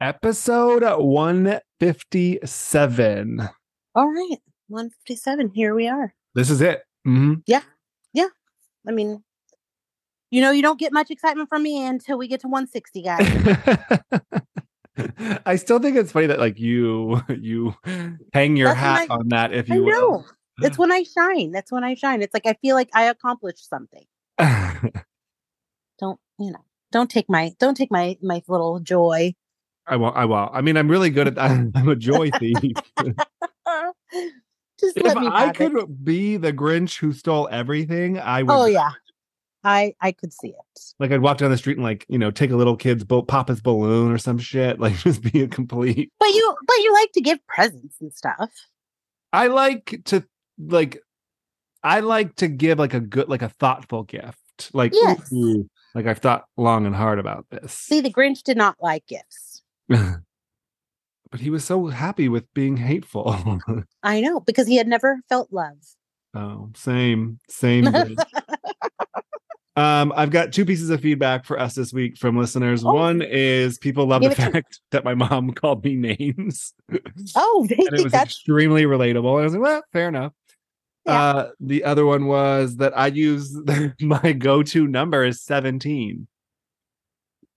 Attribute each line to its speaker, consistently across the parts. Speaker 1: episode 157.
Speaker 2: All right, 157. Here we are.
Speaker 1: This is it. Mhm.
Speaker 2: I mean, you know, you don't get much excitement from me until we get to 160, guys.
Speaker 1: I still think it's funny that like you you hang your
Speaker 2: That's
Speaker 1: hat
Speaker 2: my-
Speaker 1: on that if
Speaker 2: I
Speaker 1: you will.
Speaker 2: know. That's when I shine. That's when I shine. It's like I feel like I accomplished something. Don't you know? Don't take my don't take my my little joy.
Speaker 1: I won't. I won't. I mean, I'm really good at that. I'm a joy thief.
Speaker 2: Just
Speaker 1: if
Speaker 2: let me.
Speaker 1: I
Speaker 2: have it.
Speaker 1: could be the Grinch who stole everything, I would.
Speaker 2: Oh yeah, I I could see it.
Speaker 1: Like I'd walk down the street and like you know take a little kid's bo- pop his balloon or some shit. Like just be a complete.
Speaker 2: But you but you like to give presents and stuff.
Speaker 1: I like to like. I like to give like a good like a thoughtful gift. Like
Speaker 2: Yes.
Speaker 1: ooh, like I've thought long and hard about this.
Speaker 2: See, the Grinch did not like gifts.
Speaker 1: but he was so happy with being hateful.
Speaker 2: I know because he had never felt love.
Speaker 1: Oh, same, same. thing. um, I've got two pieces of feedback for us this week from listeners.
Speaker 2: Oh.
Speaker 1: One is people love
Speaker 2: Give
Speaker 1: the
Speaker 2: it to me.
Speaker 1: fact that my mom called me names,
Speaker 2: Oh, they
Speaker 1: and it
Speaker 2: think
Speaker 1: was
Speaker 2: that's
Speaker 1: extremely relatable. I was like, well, fair enough.
Speaker 2: Yeah.
Speaker 1: Uh, the other one was that I use my go-to number is 17.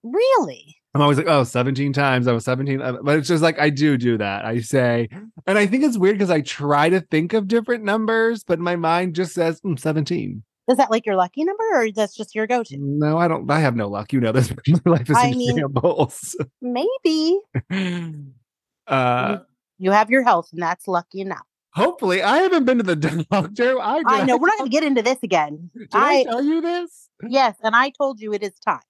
Speaker 2: really
Speaker 1: I'm always like, oh, 17 times. I was 17. Uh, But it's just like, I do do that. I say, and I think it's weird because I try to think of different numbers, but my mind just says mm, 17.
Speaker 2: is that like your lucky number or that's just your go to?
Speaker 1: No, I don't. I have no luck. You know this. My life is
Speaker 2: I
Speaker 1: in
Speaker 2: mean-
Speaker 1: shambles.
Speaker 2: Maybe
Speaker 1: Uh,
Speaker 2: Mm. you have your health and that's lucky enough.
Speaker 1: hopefully, I haven't been to the doctor. I, did
Speaker 2: I know we're not going to get into this again.
Speaker 1: Did I,
Speaker 2: I
Speaker 1: tell you this?
Speaker 2: yes, and I told you it is time.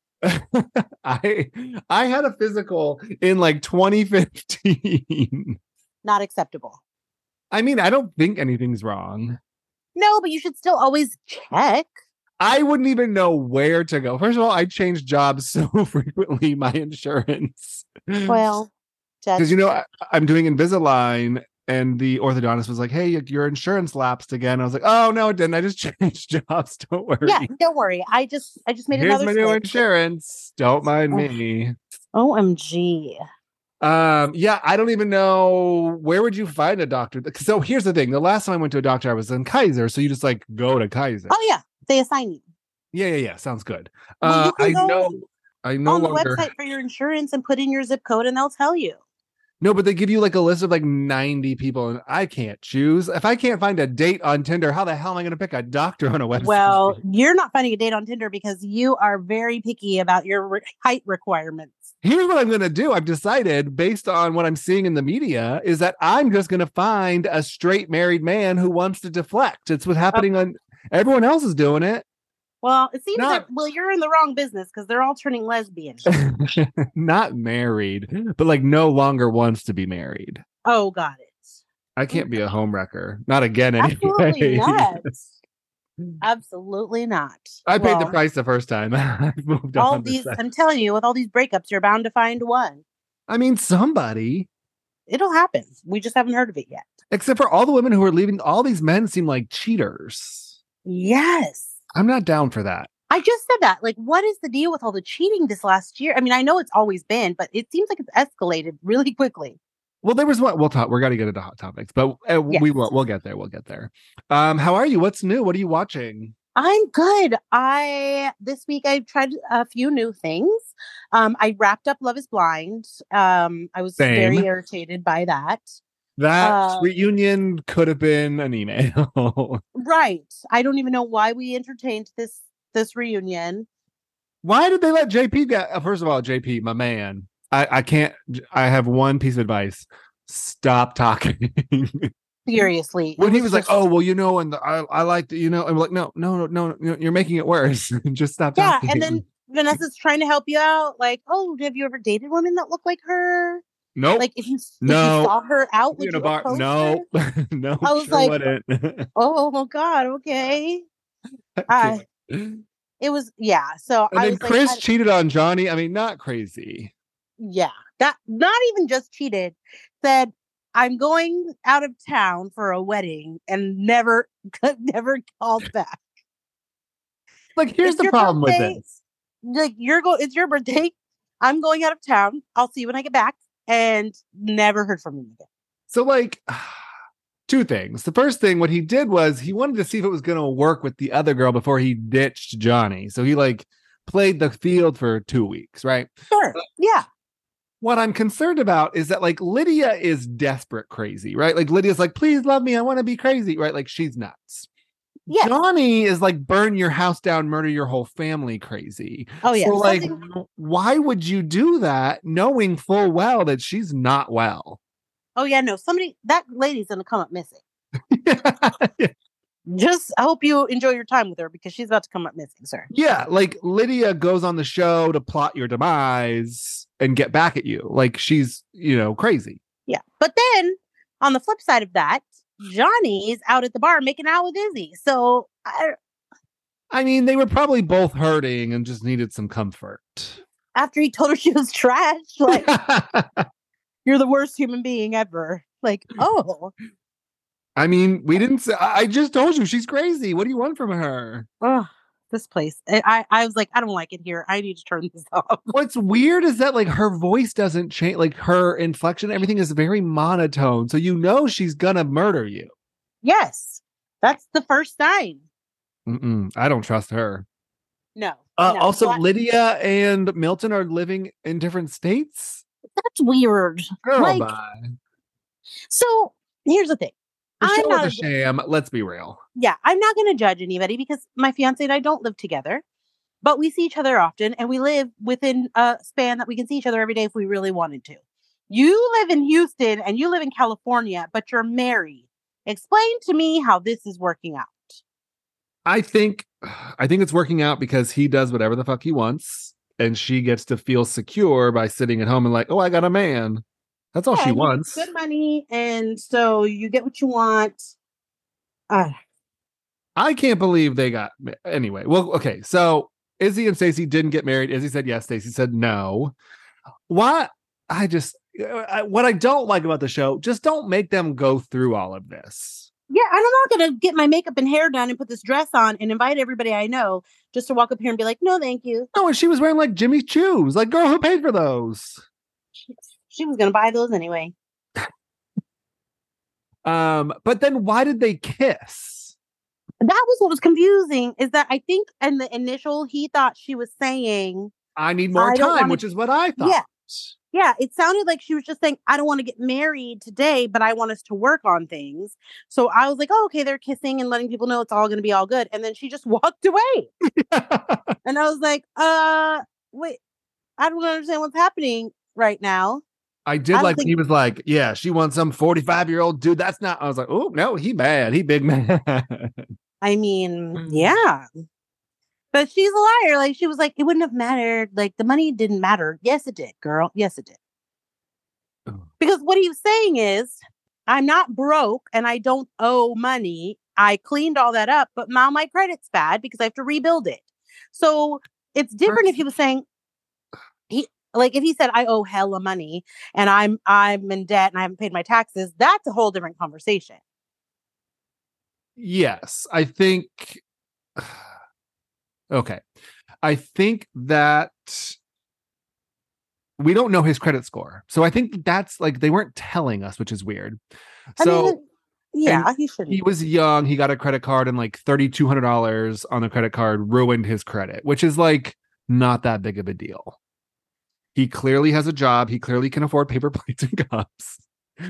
Speaker 1: I I had a physical in like 2015.
Speaker 2: Not acceptable.
Speaker 1: I mean, I don't think anything's wrong.
Speaker 2: No, but you should still always check.
Speaker 1: I wouldn't even know where to go. First of all, I changed jobs so frequently. My insurance.
Speaker 2: Well, just
Speaker 1: because Mm. you know I, I'm doing Invisalign, and the orthodontist was like, "Hey, your- your insurance lapsed again." I was like, "Oh no, it didn't. I just changed jobs. Don't worry.
Speaker 2: yeah, don't worry. I just I just made
Speaker 1: Here's
Speaker 2: another
Speaker 1: my new
Speaker 2: slip.
Speaker 1: insurance. Don't mind
Speaker 2: Oh.
Speaker 1: me."
Speaker 2: OMG.
Speaker 1: Um, yeah, I don't even know where would you find a doctor. So here's the thing: the last time I went to a doctor, I was in Kaiser, so you just like go to Kaiser.
Speaker 2: Oh yeah, they assign you.
Speaker 1: Yeah, yeah, yeah. Sounds good.
Speaker 2: Well,
Speaker 1: Uh,
Speaker 2: you
Speaker 1: I
Speaker 2: can go
Speaker 1: know. I no
Speaker 2: on the
Speaker 1: longer
Speaker 2: website for your insurance and put in your zip code and they'll tell you.
Speaker 1: no, but they give you like a list of like 90 people, and I can't choose. If I can't find a date on Tinder, how the hell am I going to pick a doctor on a website?
Speaker 2: Well, you're not finding a date on Tinder because you are very picky about your re- height requirements.
Speaker 1: here's what I'm going to do. I've decided based on what I'm seeing in the media is that I'm just going to find a straight married man who wants to deflect. It's what's happening on everyone else is doing it.
Speaker 2: Well, it seems
Speaker 1: Not-
Speaker 2: that well, you're in the wrong business because they're all turning lesbian.
Speaker 1: Not married, but like no longer wants to be married.
Speaker 2: oh, got it.
Speaker 1: I can't be a homewrecker. Not again. Anyway.
Speaker 2: Mm. Absolutely not. Absolutely not.
Speaker 1: I paid the
Speaker 2: Well,
Speaker 1: price the first time. I've moved
Speaker 2: All
Speaker 1: on. to
Speaker 2: these,
Speaker 1: sec-
Speaker 2: I'm telling you, with all these breakups, you're bound to find one.
Speaker 1: I mean, somebody,
Speaker 2: It'll happen. We just haven't heard of it yet.
Speaker 1: except for all the women who are leaving, all these men seem like cheaters.
Speaker 2: Yes.
Speaker 1: I'm not down for that.
Speaker 2: I just said that. Like, what is the deal with all the cheating this last year? I mean, I know it's always been, but it seems like it's escalated really quickly.
Speaker 1: Well, there was one. We'll talk. We're gonna get into hot topics, but uh, we
Speaker 2: Yes.
Speaker 1: will. We'll get there. We'll get there. Um, how are you? What's new? What are you watching?
Speaker 2: I'm good. I this week I've tried a few new things. Um, I wrapped up Love Is Blind. Um, I was very
Speaker 1: Same.
Speaker 2: irritated by that.
Speaker 1: That
Speaker 2: Uh,
Speaker 1: reunion could have been an email.
Speaker 2: Right. I don't even know why we entertained this this reunion.
Speaker 1: Why did they let JP get? uh, First of all, JP, my man, I I can't. I have one piece of advice. Stop talking.
Speaker 2: Seriously. it
Speaker 1: Mm. when he was like,
Speaker 2: just-
Speaker 1: "Oh well, you know," and the, I I like the, you know, I'm like, "No, no, no, no, you're making it worse. Just stop."
Speaker 2: yeah,
Speaker 1: talking.
Speaker 2: and then Vanessa's trying to help you out, like, oh, have you ever dated women that look like her?
Speaker 1: Nope.
Speaker 2: Like if you, if
Speaker 1: No.
Speaker 2: you saw her out, Oh, would
Speaker 1: in a
Speaker 2: you
Speaker 1: bar.
Speaker 2: approach
Speaker 1: No,
Speaker 2: her?
Speaker 1: no.
Speaker 2: I was
Speaker 1: sure
Speaker 2: like-
Speaker 1: wouldn't.
Speaker 2: Oh my god. Okay.
Speaker 1: I
Speaker 2: I,
Speaker 1: can't. and
Speaker 2: it was yeah. So I
Speaker 1: then
Speaker 2: was
Speaker 1: Chris
Speaker 2: like, I-
Speaker 1: cheated on Johnny. I mean, not crazy.
Speaker 2: yeah. That not even just cheated. Said I'm going out of town for a wedding and never never called back.
Speaker 1: Like, here's
Speaker 2: It's
Speaker 1: the
Speaker 2: your
Speaker 1: problem with
Speaker 2: birthday.
Speaker 1: it.
Speaker 2: Like you're going. It's your birthday. I'm going out of town. I'll see you when I get back. And never heard from him again.
Speaker 1: So, like, two things. The first thing, what he did was he wanted to see if it was going to work with the other girl before he ditched Johnny. So he like played the field for two weeks, right?
Speaker 2: Sure. Yeah.
Speaker 1: What I'm concerned about is that like Lydia is desperate crazy, right? Like Lydia's like, please love me. I want to be crazy, right? Like she's nuts.
Speaker 2: Yeah.
Speaker 1: Johnny is like burn your house down, murder your whole family crazy.
Speaker 2: Oh yeah.
Speaker 1: so like,
Speaker 2: Something-
Speaker 1: why would you do that knowing full well that she's not well?
Speaker 2: oh yeah. No. Somebody. That lady's gonna come up missing. Just. I hope you enjoy your time with her because she's about to come up missing, sir.
Speaker 1: yeah, like Lydia goes on the show to plot your demise and get back at you. Like she's, you know, crazy.
Speaker 2: Yeah. But then on the flip side of that, Johnny is out at the bar making out with Izzy. So I,
Speaker 1: I mean, they were probably both hurting and just needed some comfort.
Speaker 2: after he told her she was trash, like you're the worst human being ever. Like, oh,
Speaker 1: I mean, we didn't say, I I just told you she's crazy. What do you want from her?
Speaker 2: ugh, this place. I, I, I was like, I don't like it here. I need to turn this off.
Speaker 1: What's weird is that like her voice doesn't change, like her inflection, everything is very monotone. So you know she's gonna murder you.
Speaker 2: Yes. That's the first sign.
Speaker 1: Mm-mm, I don't trust her.
Speaker 2: No.
Speaker 1: Uh,
Speaker 2: no.
Speaker 1: also,
Speaker 2: That-
Speaker 1: Lydia and Milton are living in different states.
Speaker 2: that's weird.
Speaker 1: Girl,
Speaker 2: Like,
Speaker 1: bye.
Speaker 2: So here's the thing.
Speaker 1: The
Speaker 2: I'm
Speaker 1: show
Speaker 2: not
Speaker 1: was
Speaker 2: a-
Speaker 1: a sham. Let's be real.
Speaker 2: yeah, I'm not going to judge anybody because my fiance and I don't live together, but we see each other often and we live within a span that we can see each other every day if we really wanted to. You live in Houston and you live in California, but you're married. Explain to me how this is working out.
Speaker 1: I think, I think it's working out because he does whatever the fuck he wants, and she gets to feel secure by sitting at home and like, oh, I got a man. That's all
Speaker 2: Yeah,
Speaker 1: she
Speaker 2: you-
Speaker 1: wants.
Speaker 2: Good money. And so you get what you want. Uh,
Speaker 1: I can't believe they got ma- anyway. Well, okay, so Izzy and Stacy didn't get married. Izzy said yes. Stacy said no. Why? I just I, what I don't like about the show. Just don't make them go through all of this.
Speaker 2: yeah, and I'm not going to get my makeup and hair done and put this dress on and invite everybody I know just to walk up here and be like, no, thank you.
Speaker 1: No, and she was wearing like Jimmy's shoes. Like, girl, who paid for those?
Speaker 2: She was going to buy those anyway.
Speaker 1: Um, but then why did they kiss?
Speaker 2: that was what was confusing is that I think in the initial he thought she was saying,
Speaker 1: I need more
Speaker 2: I don't
Speaker 1: time,
Speaker 2: wanna-
Speaker 1: which is what I thought.
Speaker 2: Yeah. yeah, it sounded like she was just saying, I don't want to get married today, but I want us to work on things. So I was like, oh, okay, they're kissing and letting people know it's all going to be all good. And then she just walked away. And I was like, uh, wait, I don't understand what's happening right now.
Speaker 1: I did
Speaker 2: I don't
Speaker 1: like when
Speaker 2: think-
Speaker 1: he was like, Yeah, she wants some 45 year old dude. That's not I was like, Oh no, he bad, he big man.
Speaker 2: I mean,
Speaker 1: Mm.
Speaker 2: yeah. But she's a liar. Like she was like, it wouldn't have mattered. Like the money didn't matter. Yes, it did, girl. Yes, it did.
Speaker 1: Oh.
Speaker 2: Because what he was saying is, I'm not broke and I don't owe money. I cleaned all that up, but now my credit's bad because I have to rebuild it. So it's different if he was saying he like if he said I owe hella money and I'm I'm in debt and I haven't paid my taxes, that's a whole different conversation.
Speaker 1: yes, I think okay. I think that we don't know his credit score. So I think that's like they weren't telling us, which is weird.
Speaker 2: I
Speaker 1: so
Speaker 2: mean, yeah, he shouldn't.
Speaker 1: he was young. He got a credit card and like thirty two hundred dollars on the credit card ruined his credit, which is like not that big of a deal. He clearly has a job. He clearly can afford paper plates and cups.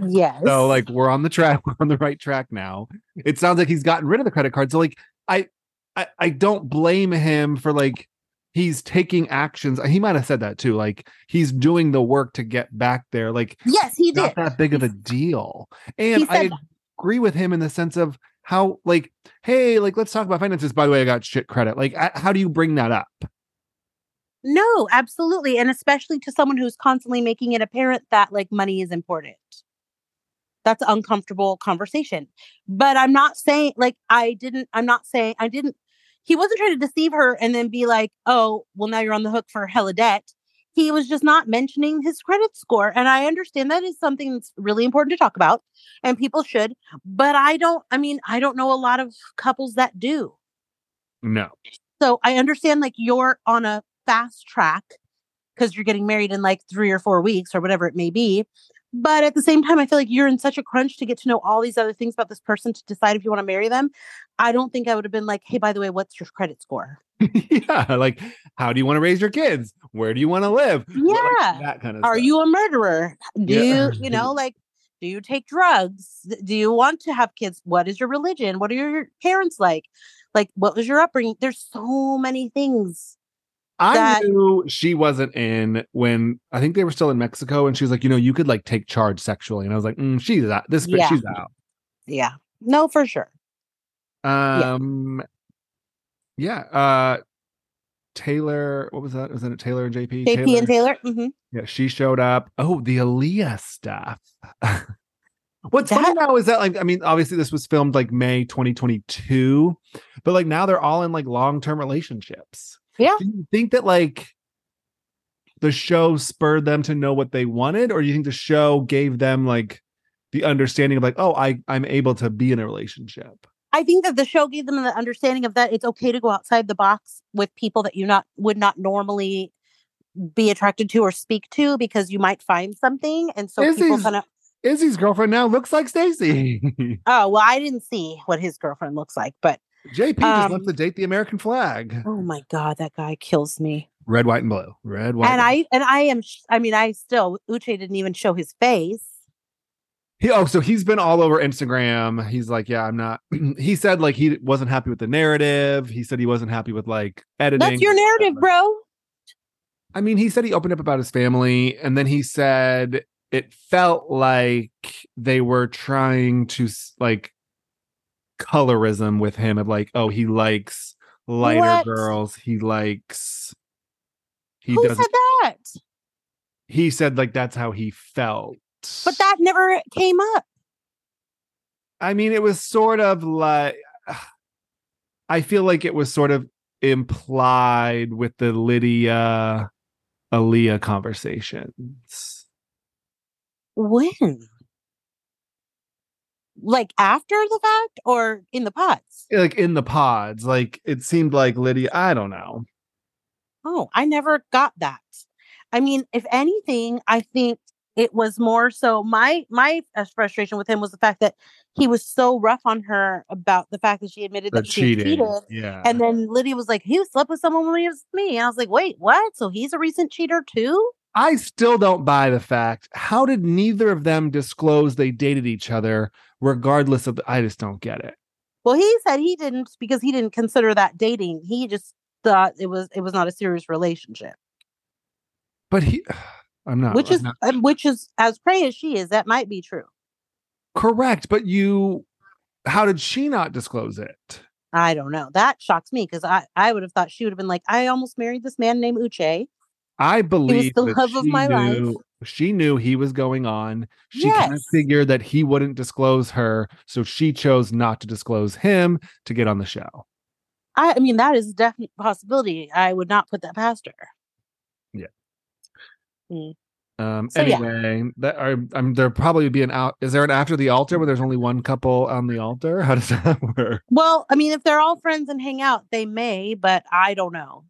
Speaker 2: yes.
Speaker 1: So like we're on the track. We're on the right track now. It sounds like he's gotten rid of the credit card. So like I I, I don't blame him for like he's taking actions. He might have said that too. Like he's doing the work to get back there. Like
Speaker 2: yes, he did.
Speaker 1: not that big of a deal. And
Speaker 2: he
Speaker 1: I
Speaker 2: said
Speaker 1: agree with him in the sense of how, like, hey, like, let's talk about finances. By the way, I got shit credit. Like, I, how do you bring that up?
Speaker 2: No, absolutely. And especially to someone who's constantly making it apparent that like money is important. That's uncomfortable conversation. But I'm not saying like I didn't, I'm not saying I didn't, he wasn't trying to deceive her and then be like, oh, well, now you're on the hook for hella debt. He was just not mentioning his credit score. And I understand that is something that's really important to talk about and people should. But I don't, I mean, I don't know a lot of couples that do.
Speaker 1: No.
Speaker 2: So I understand like you're on a fast track because you're getting married in like three or four weeks or whatever it may be. But at the same time, I feel like you're in such a crunch to get to know all these other things about this person to decide if you want to marry them. I don't think I would have been like, hey, by the way, what's your credit score?
Speaker 1: yeah. Like, how do you want to raise your kids? Where do you want to live? Well, like,
Speaker 2: Yeah.
Speaker 1: that kind of
Speaker 2: Are
Speaker 1: stuff.
Speaker 2: you a murderer? Do
Speaker 1: Yeah.
Speaker 2: you, you know, like, do you take drugs? Do you want to have kids? What is your religion? What are your parents like? Like, what was your upbringing? There's so many things.
Speaker 1: I
Speaker 2: that-
Speaker 1: knew she wasn't in when I think they were still in Mexico, and she was like, you know, you could like take charge sexually, and I was like, mm, she's out. This bitch,
Speaker 2: Yeah.
Speaker 1: she's out.
Speaker 2: Yeah. No, for sure.
Speaker 1: Um, yeah. Uh, Taylor, what was that? Was that it Taylor and JP?
Speaker 2: JP and Taylor. hmm
Speaker 1: Yeah, she showed up. Oh, the Aaliyah stuff. What's funny
Speaker 2: That-
Speaker 1: now is that like I mean, obviously this was filmed like May 2022, but like now they're all in like long-term relationships.
Speaker 2: Yeah.
Speaker 1: Do you think that like the show spurred them to know what they wanted, or do you think the show gave them like the understanding of like, oh, I I'm able to be in a relationship?
Speaker 2: I think that the show gave them the understanding of that it's okay to go outside the box with people that you not would not normally be attracted to or speak to because you might find something. And so
Speaker 1: This
Speaker 2: people
Speaker 1: is-
Speaker 2: kind of
Speaker 1: Izzy's girlfriend now looks like Stacy.
Speaker 2: oh well, I didn't see what his girlfriend looks like, but
Speaker 1: JP just
Speaker 2: Um,
Speaker 1: left to date the American flag.
Speaker 2: oh my god, that guy kills me.
Speaker 1: Red, white, and blue. Red, white,
Speaker 2: and
Speaker 1: blue.
Speaker 2: I and I am sh- I mean I still Uche didn't even show his face.
Speaker 1: He oh, so he's been all over Instagram. He's like, yeah, I'm not. he said like he wasn't happy with the narrative. He said he wasn't happy with like editing.
Speaker 2: That's your narrative, bro.
Speaker 1: I mean, he said he opened up about his family, and then he said it felt like they were trying to s- like colorism with him of like, oh, he likes lighter
Speaker 2: What?
Speaker 1: girls. He likes. He
Speaker 2: Who
Speaker 1: doesn't.
Speaker 2: said that?
Speaker 1: he said like that's how he felt.
Speaker 2: But that never came up.
Speaker 1: I mean, it was sort of like I feel like it was sort of implied with the Lydia Aaliyah conversations.
Speaker 2: When? Like after the fact or in the pods?
Speaker 1: Like in the pods, like it seemed like Lydia, I don't know.
Speaker 2: Oh, I never got that. I mean, if anything, I think it was more so my my uh, frustration with him was the fact that he was so rough on her about the fact that she admitted that,
Speaker 1: That
Speaker 2: she had
Speaker 1: cheating.
Speaker 2: cheated.
Speaker 1: Yeah.
Speaker 2: And then Lydia was like, "He slept with someone when he was with me," and I was like, "Wait, what? So he's a recent cheater too?"
Speaker 1: I still don't buy the fact. How did neither of them disclose they dated each other, regardless of the, I just don't get it.
Speaker 2: Well, he said he didn't because he didn't consider that dating. He just thought it was it was not a serious relationship,
Speaker 1: But he I'm not
Speaker 2: which
Speaker 1: I'm
Speaker 2: is
Speaker 1: not-
Speaker 2: um, which is as prey as she is. That might be true.
Speaker 1: correct, but you how did she not disclose it?
Speaker 2: I don't know. That shocks me because I, I would have thought she would have been like, I almost married this man named Uche.
Speaker 1: I believe
Speaker 2: the
Speaker 1: that
Speaker 2: love of
Speaker 1: she
Speaker 2: my life.
Speaker 1: knew, She knew he was going on. She kind of
Speaker 2: Yes.
Speaker 1: figured that he wouldn't disclose her, so she chose not to disclose him to get on the show.
Speaker 2: I, I mean, that is a definite possibility. I would not put that past her.
Speaker 1: Um,
Speaker 2: So, yeah.
Speaker 1: anyway, that are um, there probably be an out. Is there an after the altar where there's only one couple on the altar? How does that work?
Speaker 2: Well, I mean, if they're all friends and hang out, they may, but I don't know.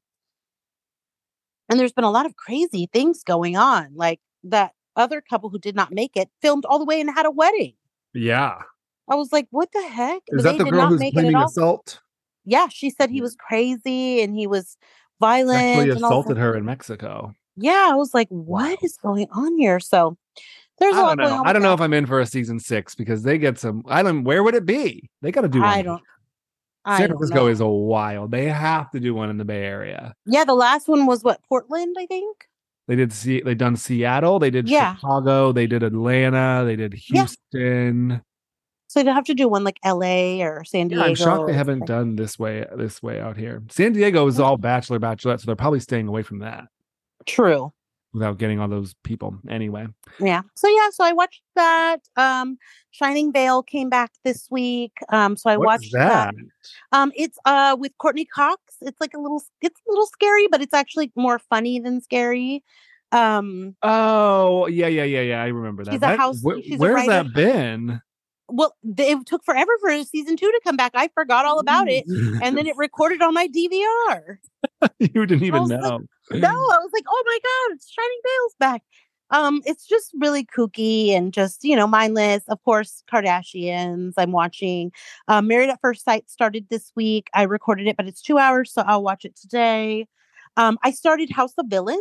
Speaker 2: And there's been a lot of crazy things going on. Like that other couple who did not make it filmed all the way and had a wedding.
Speaker 1: Yeah,
Speaker 2: I was like, what the heck?
Speaker 1: is
Speaker 2: They
Speaker 1: that the
Speaker 2: did
Speaker 1: girl
Speaker 2: not
Speaker 1: who's
Speaker 2: make it at
Speaker 1: claiming
Speaker 2: all.
Speaker 1: assault?
Speaker 2: Yeah, she said he
Speaker 1: Yeah.
Speaker 2: was crazy and he was violent.
Speaker 1: Actually
Speaker 2: and all this
Speaker 1: assaulted her in Mexico.
Speaker 2: yeah, I was like, what is
Speaker 1: Wow.
Speaker 2: going on here? So
Speaker 1: I
Speaker 2: there's a lot
Speaker 1: don't
Speaker 2: going
Speaker 1: know.
Speaker 2: on.
Speaker 1: I don't know
Speaker 2: with
Speaker 1: if I'm in for a season six because they get some. I don't. Where would it be? They got to
Speaker 2: that.
Speaker 1: do. one
Speaker 2: I
Speaker 1: here.
Speaker 2: don't. I
Speaker 1: San
Speaker 2: don't
Speaker 1: Francisco
Speaker 2: know.
Speaker 1: is a wild. They have to do one in the Bay Area.
Speaker 2: yeah, the last one was what Portland, I think.
Speaker 1: They did see they done Seattle, they did
Speaker 2: Yeah.
Speaker 1: Chicago, they did Atlanta, they did
Speaker 2: Yeah.
Speaker 1: Houston.
Speaker 2: So they'd have to do one like LA or San
Speaker 1: Yeah,
Speaker 2: Diego.
Speaker 1: I'm shocked they
Speaker 2: or
Speaker 1: haven't
Speaker 2: something.
Speaker 1: done this way this way out here. San Diego is all bachelor bachelorette, so they're probably staying away from that
Speaker 2: True.
Speaker 1: without getting all those people. Anyway,
Speaker 2: Yeah. So yeah, so I watched that. Um Shining Veil came back this week. Um so I
Speaker 1: What
Speaker 2: watched
Speaker 1: is
Speaker 2: Um it's uh with Courtney Cox. It's like a little it's a little scary, but it's actually more funny than scary. Um
Speaker 1: Oh yeah, yeah, yeah, yeah. I remember that.
Speaker 2: She's a
Speaker 1: That-
Speaker 2: house-
Speaker 1: wh-
Speaker 2: she's a
Speaker 1: where's
Speaker 2: writer.
Speaker 1: that been?
Speaker 2: well th- it took forever for season 2 to come back. I forgot all about
Speaker 1: Mm.
Speaker 2: it. And then it recorded on my DVR.
Speaker 1: you didn't even
Speaker 2: was
Speaker 1: know.
Speaker 2: like, No, I was like, oh my God, it's Shining Veil's back. Um, it's just really kooky and just, you know, mindless. Of course, Kardashians, I'm watching. Um, Married at First Sight started this week. I recorded it, but it's two hours, so I'll watch it today. Um, I started House of Villains.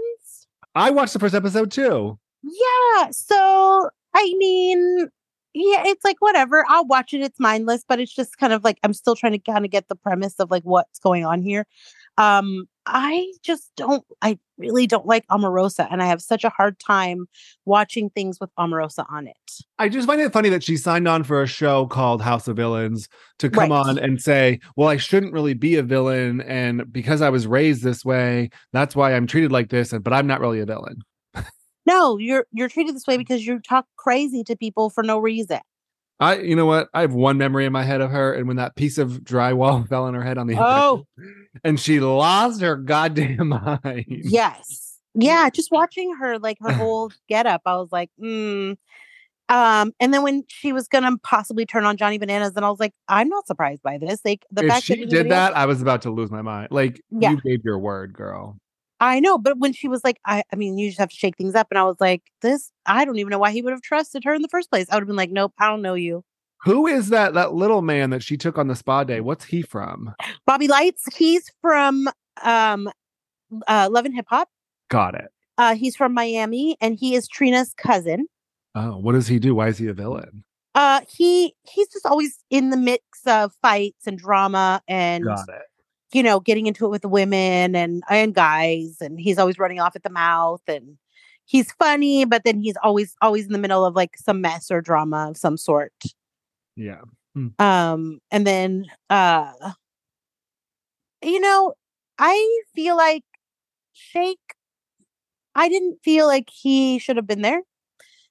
Speaker 1: I watched the first episode too.
Speaker 2: Yeah. So, I mean, yeah, it's like whatever. I'll watch it. It's mindless, but it's just kind of like I'm still trying to kind of get the premise of like what's going on here. Um, I just don't. I really don't like Omarosa, and I have such a hard time watching things with Omarosa on it.
Speaker 1: I just find it funny that she signed on for a show called House of Villains to come
Speaker 2: Right.
Speaker 1: on and say, "Well, I shouldn't really be a villain, and because I was raised this way, that's why I'm treated like this." And but I'm not really a villain.
Speaker 2: No, you're you're treated this way because you talk crazy to people for no reason.
Speaker 1: I, you know what? I have one memory in my head of her, and when that piece of drywall fell on her head on the
Speaker 2: Oh.
Speaker 1: and she lost her goddamn mind.
Speaker 2: Yes. Yeah, just watching her like her
Speaker 1: Uh-huh.
Speaker 2: whole get up, I was like, mm. Um, and then when she was gonna possibly turn on Johnny Bananas, and I was like, I'm not surprised by this. Like the
Speaker 1: if
Speaker 2: fact
Speaker 1: she did
Speaker 2: that anybody else-
Speaker 1: that, I was about to lose my mind. Like
Speaker 2: Yeah.
Speaker 1: you gave your word, girl.
Speaker 2: I know, but when she was like, I, I mean, you just have to shake things up. And I was like, this, I don't even know why he would have trusted her in the first place. I would have been like, nope, I don't know you.
Speaker 1: Who is that? That little man that she took on the spa day. What's he from?
Speaker 2: Bobby Lights, he's from um, uh, Love and Hip Hop.
Speaker 1: Got it.
Speaker 2: Uh, he's from Miami and he is Trina's cousin.
Speaker 1: Oh, what does he do? Why is he a villain?
Speaker 2: Uh, he he's just always in the mix of fights and drama and
Speaker 1: Got it.
Speaker 2: you know getting into it with the women and and guys and he's always running off at the mouth and he's funny but then he's always always in the middle of like some mess or drama of some sort.
Speaker 1: Yeah.
Speaker 2: um and then uh you know i feel like shake i didn't feel like he should have been there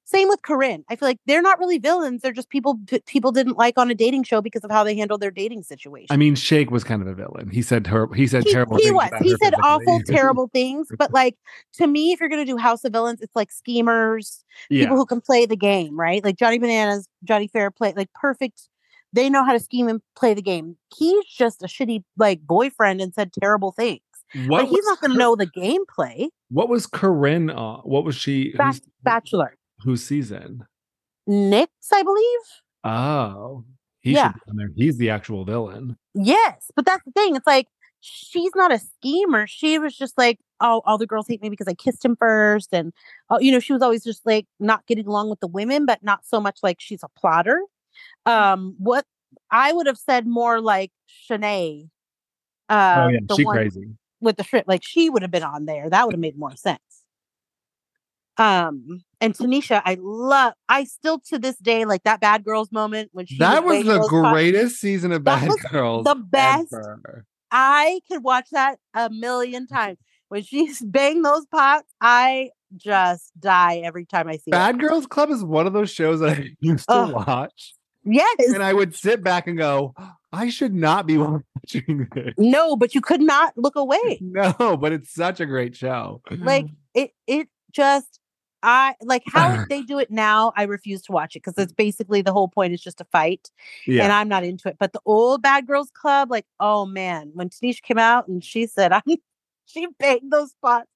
Speaker 2: same with corinne i feel like they're not really villains they're just people p- people didn't like on a dating show because of how they handled their dating situation
Speaker 1: I mean, Shake was kind of a villain. He said her. He said
Speaker 2: he,
Speaker 1: terrible.
Speaker 2: he
Speaker 1: things
Speaker 2: was
Speaker 1: about
Speaker 2: he
Speaker 1: her
Speaker 2: said
Speaker 1: physically.
Speaker 2: awful terrible things but like to me if you're gonna do house of villains it's like schemers
Speaker 1: yeah.
Speaker 2: people who can play the game, right? Like Johnny Bananas, Johnny Fair play like perfect. They know how to scheme and play the game. He's just a shitty like boyfriend and said terrible things.
Speaker 1: What
Speaker 2: but he's
Speaker 1: was
Speaker 2: not going to
Speaker 1: her- Mm-hmm.
Speaker 2: know the gameplay.
Speaker 1: What was Corinne on? What was she?
Speaker 2: Bac-
Speaker 1: Who's,
Speaker 2: Bachelor.
Speaker 1: whose season?
Speaker 2: Nix, I believe.
Speaker 1: Oh, he
Speaker 2: Yeah.
Speaker 1: should be on there. He's the actual villain.
Speaker 2: Yes, but that's the thing. It's like she's not a schemer. She was just like, oh, all the girls hate me because I kissed him first, and oh, you know, she was always just like not getting along with the women, but not so much like she's a plotter.
Speaker 1: Mm.
Speaker 2: Um, what I would have said more like Shanae. Uh,
Speaker 1: oh yeah,
Speaker 2: the
Speaker 1: she
Speaker 2: one
Speaker 1: crazy.
Speaker 2: with the strip, like she would have been on there. That would have made more sense. Um, and Tanisha, I love. I still to this day like that bad girls moment when she
Speaker 1: That was
Speaker 2: waiting
Speaker 1: the
Speaker 2: those pop-
Speaker 1: greatest season of
Speaker 2: That
Speaker 1: Bad
Speaker 2: was
Speaker 1: Girls.
Speaker 2: the best.
Speaker 1: ever.
Speaker 2: I could watch that a million
Speaker 1: Mm-hmm.
Speaker 2: times. When she's bang those pots, I just die every time I see it.
Speaker 1: Bad Girls Club is one of those shows that I used to
Speaker 2: Ugh.
Speaker 1: watch,
Speaker 2: Yes.
Speaker 1: and I would sit back and go, "I should not be watching this."
Speaker 2: no, but you could not look away.
Speaker 1: No, but it's such a great show.
Speaker 2: Like it it just I like how they do it now, I refuse to watch it because it's basically the whole point is just a fight.
Speaker 1: yeah,
Speaker 2: And I'm not into it. But the old Bad Girls Club, like, oh man, when Tanisha came out and she said I'm she banged those pots.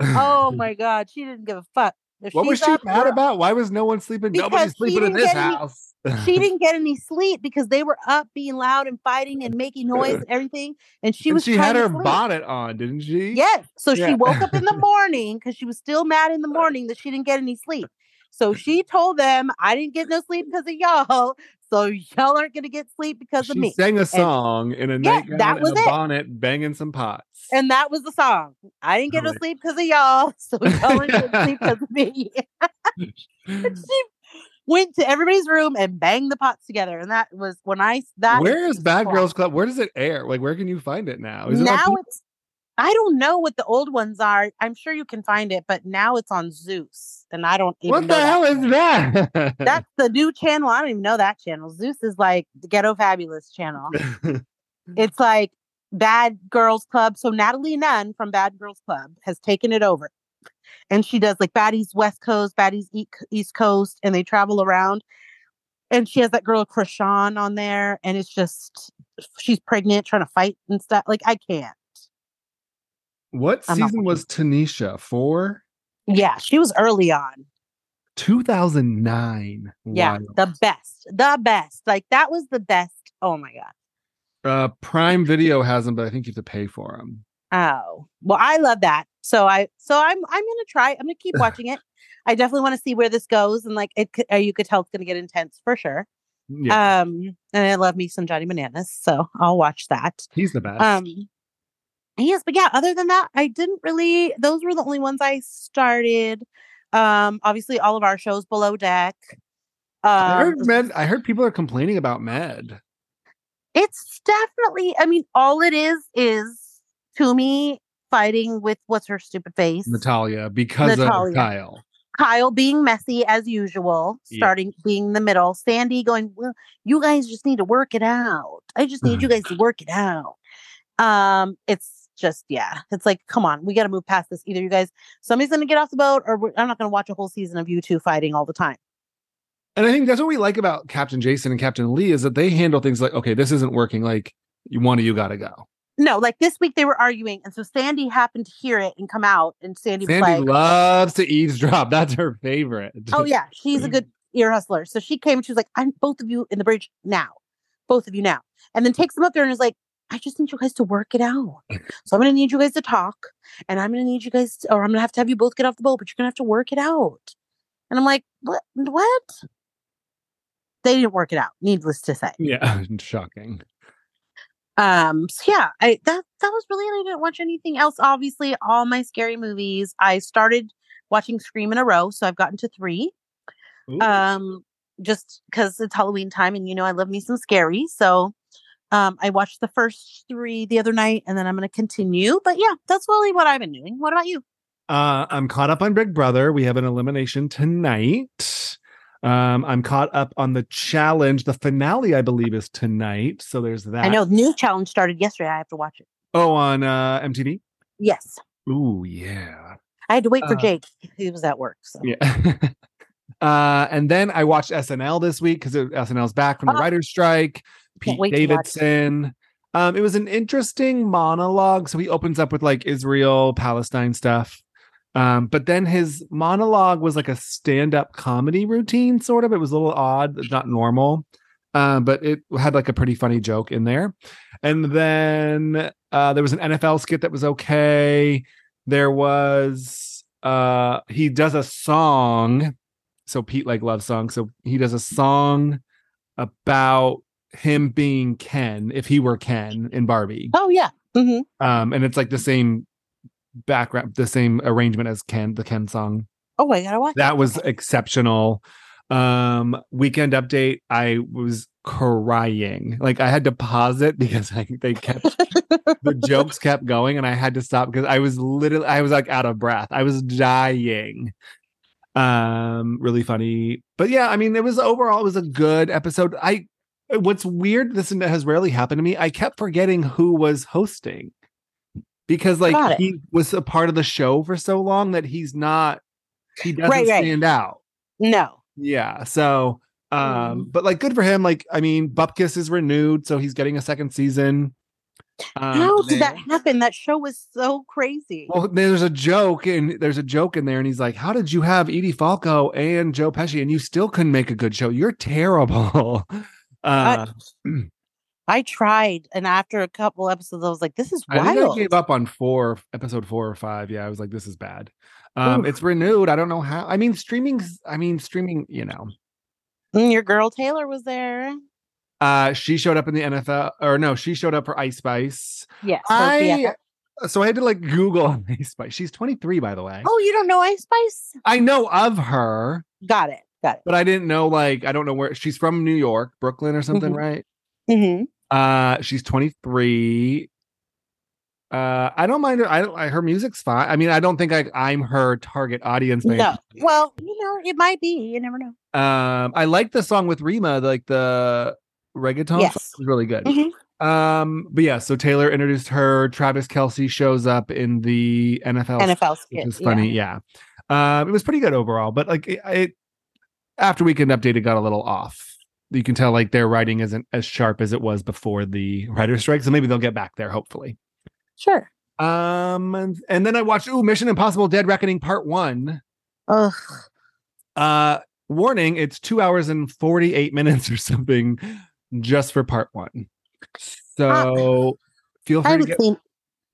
Speaker 2: Oh my god, she didn't give a fuck. If
Speaker 1: what was
Speaker 2: she's
Speaker 1: she
Speaker 2: up,
Speaker 1: mad
Speaker 2: we're
Speaker 1: about? Why was no one sleeping?
Speaker 2: Because
Speaker 1: Nobody's
Speaker 2: she
Speaker 1: sleeping in
Speaker 2: didn't
Speaker 1: this
Speaker 2: get any-
Speaker 1: house.
Speaker 2: she didn't get any sleep because they were up being loud and fighting and making noise and everything. And she
Speaker 1: And
Speaker 2: was
Speaker 1: she had
Speaker 2: trying to
Speaker 1: her
Speaker 2: sleep.
Speaker 1: bonnet on, didn't she?
Speaker 2: Yes. So she
Speaker 1: Yeah.
Speaker 2: woke up in the morning because she was still mad in the morning that she didn't get any sleep.
Speaker 1: Mm-hmm.
Speaker 2: So she told them, I didn't get no sleep because of y'all. So y'all aren't going to get sleep because of
Speaker 1: She
Speaker 2: me.
Speaker 1: sang a song in a
Speaker 2: Yeah,
Speaker 1: nightgown
Speaker 2: that
Speaker 1: and
Speaker 2: was
Speaker 1: a
Speaker 2: it.
Speaker 1: bonnet, banging some pots.
Speaker 2: and that was the song. I didn't get no
Speaker 1: Totally.
Speaker 2: sleep because of y'all. So y'all aren't going to sleep because of me. she went to everybody's room and banged the pots together. And that was when I that
Speaker 1: where is Bad Girls Club? Where does it air? Like, where can you find it now? Oh, Is
Speaker 2: now
Speaker 1: it on-
Speaker 2: it's I don't know what the old ones are. I'm sure you can find it, but now it's on Zeus, and I don't even
Speaker 1: what
Speaker 2: know
Speaker 1: the hell is
Speaker 2: channel.
Speaker 1: that?
Speaker 2: That's the new channel. I don't even know that channel. Zeus is like the Ghetto Fabulous channel. it's like Bad Girls Club. So Natalie Nunn from Bad Girls Club has taken it over. And she does like Baddies West Coast, Baddies E- East Coast, and they travel around. And she has that girl Krishan on there, and it's just she's pregnant, trying to fight and stuff. Like I can't.
Speaker 1: what
Speaker 2: I'm not
Speaker 1: season was Tanisha for?
Speaker 2: Yeah, she was early on.
Speaker 1: 2009.
Speaker 2: Yeah,
Speaker 1: Wild.
Speaker 2: the best, the best. Like that was the best. Oh my god.
Speaker 1: Uh, Prime Video has them, but I think you have to pay for them.
Speaker 2: Oh well, I love that. So I so I'm I'm gonna try. I'm gonna keep watching it. I definitely want to see where this goes, and like it, c- uh, you could tell it's gonna get intense for sure.
Speaker 1: Yeah,
Speaker 2: Um, and I love me some Johnny Bananas, so I'll watch that.
Speaker 1: he's the best.
Speaker 2: Um, yes, but yeah, other than that, I didn't really. Those were the only ones I started. Um, obviously, all of our shows below deck.
Speaker 1: I
Speaker 2: Um,
Speaker 1: heard Med. I heard people are complaining about Med.
Speaker 2: It's definitely, I mean, all it is is Toomey fighting with what's her stupid face.
Speaker 1: Natalia because
Speaker 2: Natalia.
Speaker 1: of Kyle.
Speaker 2: Kyle being messy as usual,
Speaker 1: Yeah.
Speaker 2: starting being the middle. Sandy going, Well, you guys just need to work it out. I just need you guys to work it out. Um, it's just, yeah, it's like, come on, we got to move past this. Either you guys, somebody's going to get off the boat, or we're, I'm not going to watch a whole season of you two fighting all the time.
Speaker 1: And I think that's what we like about Captain Jason and Captain Lee is that they handle things like, okay, this isn't working. Like, you one of you got to go.
Speaker 2: No, like this week they were arguing, and so Sandy happened to hear it and come out, and Sandy, was like,
Speaker 1: Sandy loves to eavesdrop. That's her favorite.
Speaker 2: Oh yeah, she's a good ear hustler. So she came. She was like, "I'm both of you in the bridge now, both of you now," and then takes them up there and is like, "I just need you guys to work it out. So I'm gonna need you guys to talk, and I'm gonna need you guys, to, or I'm gonna have to have you both get off the boat, but you're gonna have to work it out." And I'm like, "What? What?" They didn't work it out. Needless to say.
Speaker 1: Yeah. Shocking.
Speaker 2: Um. So yeah, I that that was really. it. I didn't watch anything else. Obviously, all my scary movies. I started watching Scream in a row, so I've gotten to three. um just because it's halloween time and you know i love me some scary so um i watched the first three the other night and then i'm going to continue but yeah that's really what i've been doing what about you
Speaker 1: Uh, I'm caught up on Big Brother. We have an elimination tonight. Um, I'm caught up on the challenge. The finale, I believe, is tonight. So there's that.
Speaker 2: i know the new challenge started yesterday i have to watch it
Speaker 1: Oh, on uh, MTV.
Speaker 2: yes
Speaker 1: Ooh, yeah,
Speaker 2: i had to wait for
Speaker 1: Uh,
Speaker 2: jake he was at work so
Speaker 1: yeah. uh, and then I watched SNL this week because SNL's back from the
Speaker 2: Oh.
Speaker 1: writers' strike. Pete
Speaker 2: Can't wait to watch it.
Speaker 1: Davidson. Um, it was an interesting monologue. So he opens up with like Israel, Palestine stuff. Um, but then his monologue was like a stand-up comedy routine, sort of. It was a little odd, not normal. Uh, but it had like a pretty funny joke in there. And then uh, there was an NFL skit that was okay. There was uh, he does a song. So Pete like loves songs. So he does a song about him being Ken if he were Ken in Barbie.
Speaker 2: oh yeah hmm
Speaker 1: Um, and it's like the same background, the same arrangement as Ken, the Ken song.
Speaker 2: oh i gotta watch
Speaker 1: That
Speaker 2: it.
Speaker 1: was
Speaker 2: Okay.
Speaker 1: exceptional. Um, weekend update, I was crying. Like I had to pause it because I they kept the jokes kept going and I had to stop because I was literally I was like out of breath. I was dying. Um really funny. But yeah, I mean it was overall it was a good episode. I what's weird this has rarely happened to me. I kept forgetting who was hosting. Because
Speaker 2: Got
Speaker 1: like
Speaker 2: it.
Speaker 1: he was a part of the show for so long that he's not he doesn't
Speaker 2: Right, right.
Speaker 1: stand out.
Speaker 2: no
Speaker 1: Yeah. So,
Speaker 2: Mm-hmm.
Speaker 1: um, but like, good for him. Like, I mean, Bupkis is renewed, so he's getting a second season. Um,
Speaker 2: how did that
Speaker 1: there-
Speaker 2: happen that show was so crazy
Speaker 1: Well, there's a joke, and there's a joke in there, and he's like, "How did you have Edie Falco and Joe Pesci, and you still couldn't make a good show? You're terrible." Uh,
Speaker 2: i tried and after a couple episodes i was like this is
Speaker 1: I think I
Speaker 2: wild
Speaker 1: gave up on four episode four or five. Yeah, I was like, "This is bad." Um,
Speaker 2: Oof.
Speaker 1: It's renewed. I don't know how. I mean, streaming. I mean, streaming. You know,
Speaker 2: Mm, your girl taylor was there
Speaker 1: uh, she showed up in the NFL, or no, she showed up for Ice Spice.
Speaker 2: yes her BFF.
Speaker 1: I so I had to like Google on Ice Spice. She's 23, by the way.
Speaker 2: Oh, you don't know Ice Spice?
Speaker 1: I know of her.
Speaker 2: Got it. Got it.
Speaker 1: But I didn't know, like, I don't know where she's from New York, Brooklyn or something,
Speaker 2: Mhm.
Speaker 1: right?
Speaker 2: Mm-hmm.
Speaker 1: Uh she's 23. Uh I don't mind her. I don't I- her music's fine. I mean, I don't think I I'm her target audience. by
Speaker 2: No. Well, you know, it might be. You never know.
Speaker 1: Um, I like the song with Rima, like the reggaeton. Yes.
Speaker 2: Yes.
Speaker 1: was really good.
Speaker 2: Mhm.
Speaker 1: Um, but yeah, so Taylor introduced her. Travis Kelsey shows up in the NFL,
Speaker 2: NFL skit.
Speaker 1: which is
Speaker 2: yeah.
Speaker 1: funny. Yeah, Um, it was pretty good overall. But like, it, it after Weekend Update, it got a little off. You can tell like their writing isn't as sharp as it was before the writer strike. So maybe they'll get back there, hopefully.
Speaker 2: Sure.
Speaker 1: Um, and, and then I watched Ooh Mission Impossible: Dead Reckoning Part One.
Speaker 2: Ugh.
Speaker 1: Uh, warning, it's two hours and 48 minutes or something just for part one. So feel free to
Speaker 2: Ah. I haven't
Speaker 1: get,
Speaker 2: seen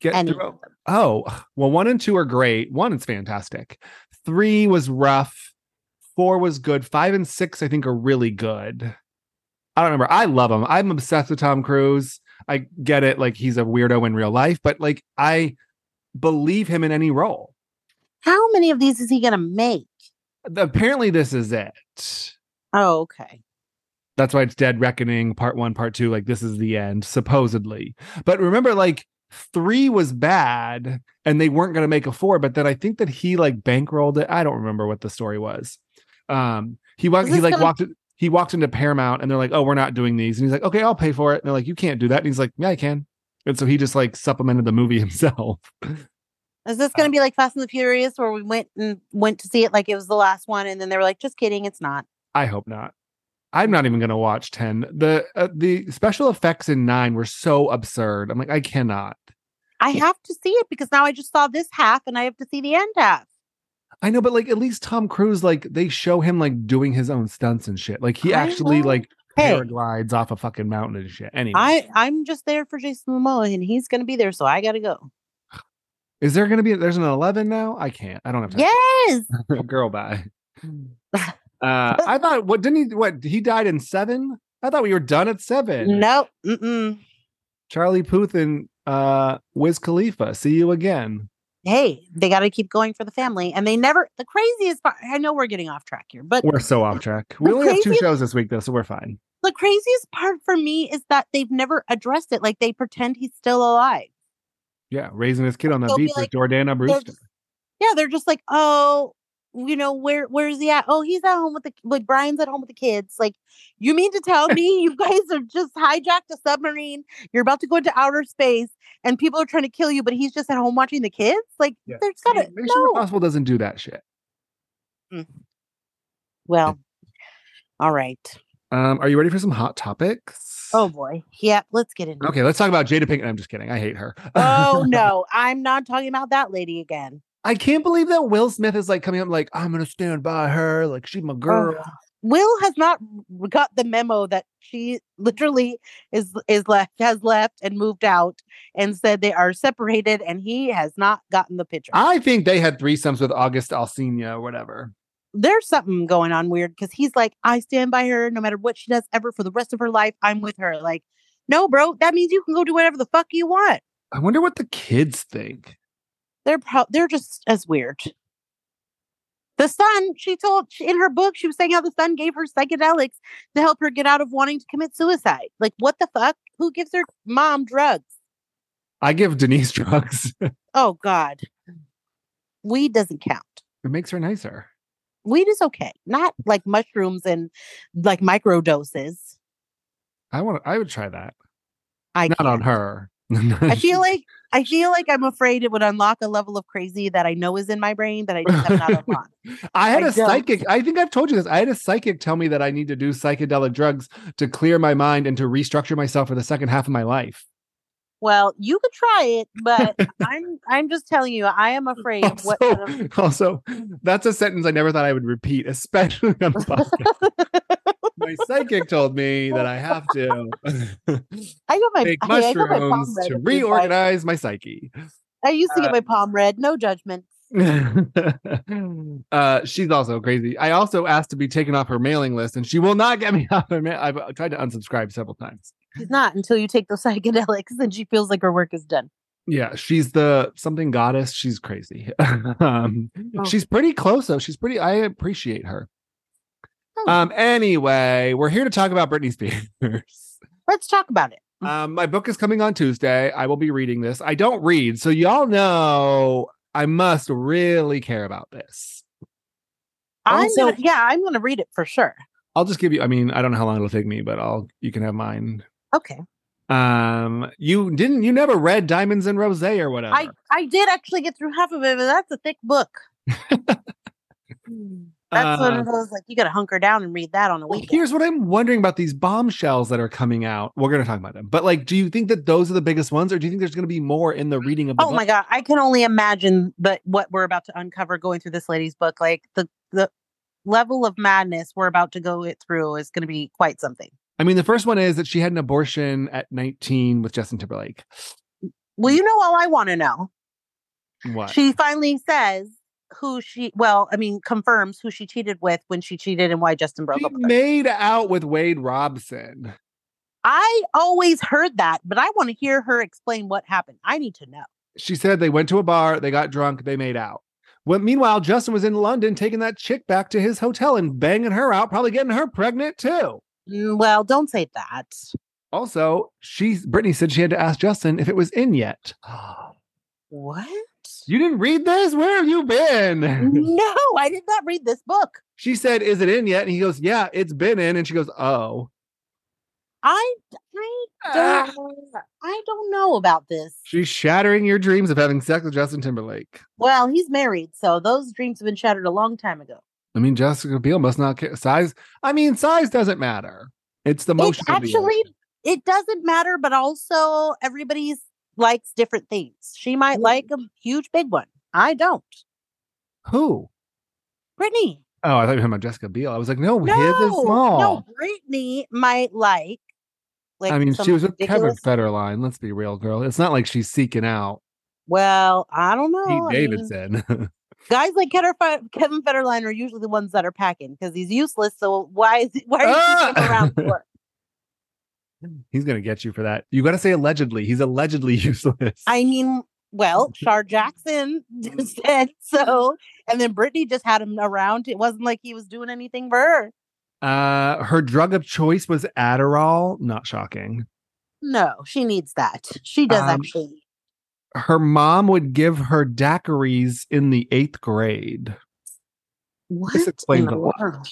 Speaker 1: get
Speaker 2: any.
Speaker 1: through. Oh, well, one and two are great. One is fantastic. Three was rough. Four was good. Five and six, I think, are really good. I don't remember. I love him. I'm obsessed with Tom Cruise. I get it. Like, he's a weirdo in real life, but like, I believe him in any role.
Speaker 2: How many of these is he gonna make?
Speaker 1: Apparently, this is it.
Speaker 2: Oh, okay.
Speaker 1: That's why it's Dead Reckoning, part one, part two. Like, this is the end, supposedly. But remember, like, three was bad and they weren't going to make a four. But then I think that he, like, bankrolled it. I don't remember what the story was. Um, he walked, he,
Speaker 2: Was this
Speaker 1: like,
Speaker 2: gonna-
Speaker 1: walked, he walked into Paramount and they're like, oh, we're not doing these. And he's like, okay, I'll pay for it. And they're like, you can't do that. And he's like, yeah, I can. And so he just, like, supplemented the movie himself.
Speaker 2: Is this gonna be like Fast and the Furious where we went and went to see it like it was the last one and then they were like, just kidding, it's not.
Speaker 1: I hope not. I'm not even going to watch 10. The, uh, the special effects in nine were so absurd. I'm like, I cannot.
Speaker 2: I have to see it because now I just saw this half and I have to see the end half.
Speaker 1: I know, but like at least Tom Cruise, like they show him like doing his own stunts and shit. Like he
Speaker 2: I
Speaker 1: actually
Speaker 2: know.
Speaker 1: like
Speaker 2: Hey.
Speaker 1: paraglides off a fucking mountain and shit. Anyway,
Speaker 2: I I'm just there for Jason Momoa and he's gonna be there, so I gotta go.
Speaker 1: is there gonna be there's an eleven now? I can't. I don't have time.
Speaker 2: Yes.
Speaker 1: girl, bye. uh, I thought what didn't he? What he died in seven? I thought we were done at seven.
Speaker 2: No. Mm-mm.
Speaker 1: Charlie Puth and uh, Wiz Khalifa. See you again.
Speaker 2: Hey, they got to keep going for the family, and they never. The craziest part. I know we're getting off track here, but
Speaker 1: We're so off track. We
Speaker 2: The
Speaker 1: only have two
Speaker 2: craziest-
Speaker 1: shows this week though, so we're fine.
Speaker 2: the craziest part for me is that they've never addressed it. Like they pretend he's still alive.
Speaker 1: Yeah, raising his kid on the
Speaker 2: They'll be
Speaker 1: beach
Speaker 2: like,
Speaker 1: with Jordana
Speaker 2: They're
Speaker 1: Brewster.
Speaker 2: just- yeah, they're just like, oh, you know, where where is he at? Oh, he's at home with the like Brian's at home with the kids. Like, you mean to tell me you guys have just hijacked a submarine? You're about to go into outer space, and people are trying to kill you, but he's just at home watching the kids. Like,
Speaker 1: Yeah.
Speaker 2: there's gotta
Speaker 1: Mission
Speaker 2: no.
Speaker 1: Impossible doesn't do that shit.
Speaker 2: Well, all right.
Speaker 1: Um, are you ready for some hot topics?
Speaker 2: Oh boy, yeah. Let's get into it.
Speaker 1: okay. Let's talk about Jada Pinkett. I'm just kidding. I hate her.
Speaker 2: oh no, I'm not talking about that lady again.
Speaker 1: I can't believe that Will Smith is like coming up like I'm gonna stand by her, like she's my girl.
Speaker 2: Will has not r- got the memo that she literally is is left has left and moved out and said they are separated and he has not gotten the picture.
Speaker 1: I think they had threesomes with August Alsina or whatever.
Speaker 2: There's something going on weird because he's like, I stand by her no matter what she does ever for the rest of her life. I'm with her. Like, no, bro, that means you can go do whatever the fuck you want.
Speaker 1: I wonder what the kids think.
Speaker 2: They're pro- they're just as weird. The son, she told she- in her book, she was saying how the son gave her psychedelics to help her get out of wanting to commit suicide. Like, what the fuck? Who gives her mom drugs?
Speaker 1: I give Denise drugs. it
Speaker 2: Oh God. Weed doesn't count.
Speaker 1: makes her nicer.
Speaker 2: Weed is okay. Not like mushrooms and like micro doses.
Speaker 1: I want. I would try that.
Speaker 2: I
Speaker 1: Not on
Speaker 2: can't.
Speaker 1: her.
Speaker 2: I feel like I feel like I'm afraid it would unlock a level of crazy that I know is in my brain that I just have not unlocked.
Speaker 1: I had a
Speaker 2: I don't.
Speaker 1: psychic. I think I've told you this. I had a psychic tell me that I need to do psychedelic drugs to clear my mind and to restructure myself for the second half of my life.
Speaker 2: Well, you could try it, but I'm I'm just telling you, I am afraid of
Speaker 1: also,
Speaker 2: what sort of
Speaker 1: also, that's a sentence I never thought I would repeat, especially on a podcast. my psychic told me that I have to
Speaker 2: I got my,
Speaker 1: take
Speaker 2: hey, I got my palm
Speaker 1: mushrooms to
Speaker 2: read. a few times.
Speaker 1: reorganize my psyche.
Speaker 2: I used to
Speaker 1: uh,
Speaker 2: get my palm read. No judgment.
Speaker 1: uh, she's also crazy. I also asked to be taken off her mailing list, and she will not get me off her mail. I've tried to unsubscribe several times.
Speaker 2: She's not until you take those psychedelics and she feels like her work is done.
Speaker 1: Yeah, she's the something goddess. She's crazy. um,
Speaker 2: Oh.
Speaker 1: She's pretty close though. She's pretty. I appreciate her.
Speaker 2: Hmm.
Speaker 1: Um, anyway, we're here to talk about Britney Spears.
Speaker 2: Let's talk about it.
Speaker 1: Um, my book is coming on Tuesday. I will be reading this. I don't read, so y'all know I must really care about this.
Speaker 2: I'm
Speaker 1: Also-
Speaker 2: gonna, yeah, I'm gonna read it for sure.
Speaker 1: I'll just give you. I mean, I don't know how long it'll take me, but I'll. You can have mine.
Speaker 2: Okay,
Speaker 1: Um, you didn't. You never read Diamonds and Rose or whatever.
Speaker 2: I I did actually get through half of it, but that's a thick book. That's one
Speaker 1: Uh,
Speaker 2: of those like you got to hunker down and read that on a
Speaker 1: Well,
Speaker 2: weekend.
Speaker 1: here's what I'm wondering about these bombshells that are coming out. We're going to talk about them, but like, do you think that those are the biggest ones, or do you think there's going to be more in the reading of? The
Speaker 2: Oh my god, I can only imagine but what we're about to uncover going through this lady's book. Like the the level of madness we're about to go it through is going to be quite something.
Speaker 1: I mean, the first one is that she had an abortion at 19 with Justin Timberlake.
Speaker 2: Well, you know all I want to know.
Speaker 1: What?
Speaker 2: She finally says who she well, I mean confirms who she cheated with when she cheated and why Justin broke
Speaker 1: She
Speaker 2: up with her.
Speaker 1: made out with Wade Robson.
Speaker 2: I always heard that, but I want to hear her explain what happened. I need to know.
Speaker 1: She said they went to a bar, they got drunk, they made out. When, meanwhile, Justin was in London taking that chick back to his hotel and banging her out, probably getting her pregnant too.
Speaker 2: Mm, Well, don't say that.
Speaker 1: Also, she Brittany said she had to ask Justin if it was in yet.
Speaker 2: What?
Speaker 1: You didn't read this? Where have you been?
Speaker 2: no, I did not read this book.
Speaker 1: she said, Is it in yet? And he goes, Yeah, it's been in. And she goes, Oh.
Speaker 2: I I
Speaker 1: Ah.
Speaker 2: don't I don't know about this.
Speaker 1: She's shattering your dreams of having sex with Justin Timberlake.
Speaker 2: Well, he's married, so those dreams have been shattered a long time ago.
Speaker 1: I mean, Jessica Biel must not care. Size. I mean, size doesn't matter. It's the
Speaker 2: It's
Speaker 1: motion. of the
Speaker 2: actually it doesn't matter, but also everybody's likes different things. She might like a huge big one. I don't.
Speaker 1: ocean. who?
Speaker 2: Brittany.
Speaker 1: Oh, I thought you were talking about Jessica Biel. I was like, no,
Speaker 2: No,
Speaker 1: his is small.
Speaker 2: no, Brittany might like like
Speaker 1: I mean, she
Speaker 2: some
Speaker 1: was with Kevin
Speaker 2: ridiculous-
Speaker 1: Federline. Let's be real, girl. It's not like she's seeking out
Speaker 2: Well, I don't know. I
Speaker 1: Pete
Speaker 2: mean,
Speaker 1: Davidson.
Speaker 2: guys like Kevin Fe- Kevin Federline are usually the ones that are packing because he's useless. So why is he, why are you keeping him
Speaker 1: Ah!
Speaker 2: around for?
Speaker 1: He's gonna get you for that. You gotta say allegedly. He's allegedly useless.
Speaker 2: I mean, well,
Speaker 1: Mm-hmm.
Speaker 2: Shar Jackson said so, and then Brittany just had him around. It wasn't like he was doing anything for her.
Speaker 1: Uh, her drug of choice was Adderall. Not shocking.
Speaker 2: No, she needs that. She does
Speaker 1: Um,
Speaker 2: actually.
Speaker 1: Her mom would give her daiquiris in the eighth grade.
Speaker 2: What
Speaker 1: This
Speaker 2: in
Speaker 1: explains
Speaker 2: the
Speaker 1: a lot.
Speaker 2: world?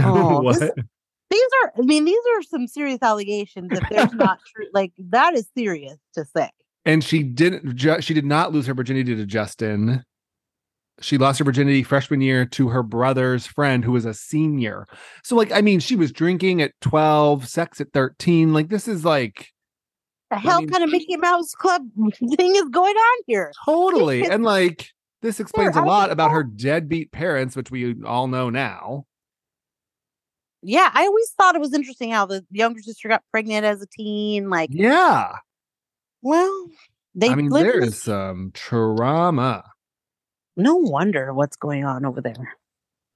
Speaker 2: Oh,
Speaker 1: what?
Speaker 2: this- These are, I mean, these are some serious allegations. If they're not true, like that is serious to say.
Speaker 1: and she didn't. Ju- she did not lose her virginity to Justin. She lost her virginity freshman year to her brother's friend, who was a senior. So, like, I mean, she was drinking at twelve, sex at thirteen. Like, this is like
Speaker 2: The hell
Speaker 1: mean-
Speaker 2: kind of Mickey Mouse Club thing is going on here?
Speaker 1: Totally. And like this explains a
Speaker 2: out of
Speaker 1: lot
Speaker 2: control.
Speaker 1: about her deadbeat parents, which we all know now.
Speaker 2: Yeah, I always thought it was interesting how the younger sister got pregnant as a teen. Like,
Speaker 1: Yeah.
Speaker 2: well, they
Speaker 1: I mean,
Speaker 2: lived in
Speaker 1: there
Speaker 2: the
Speaker 1: is some trauma.
Speaker 2: No wonder what's going on over there.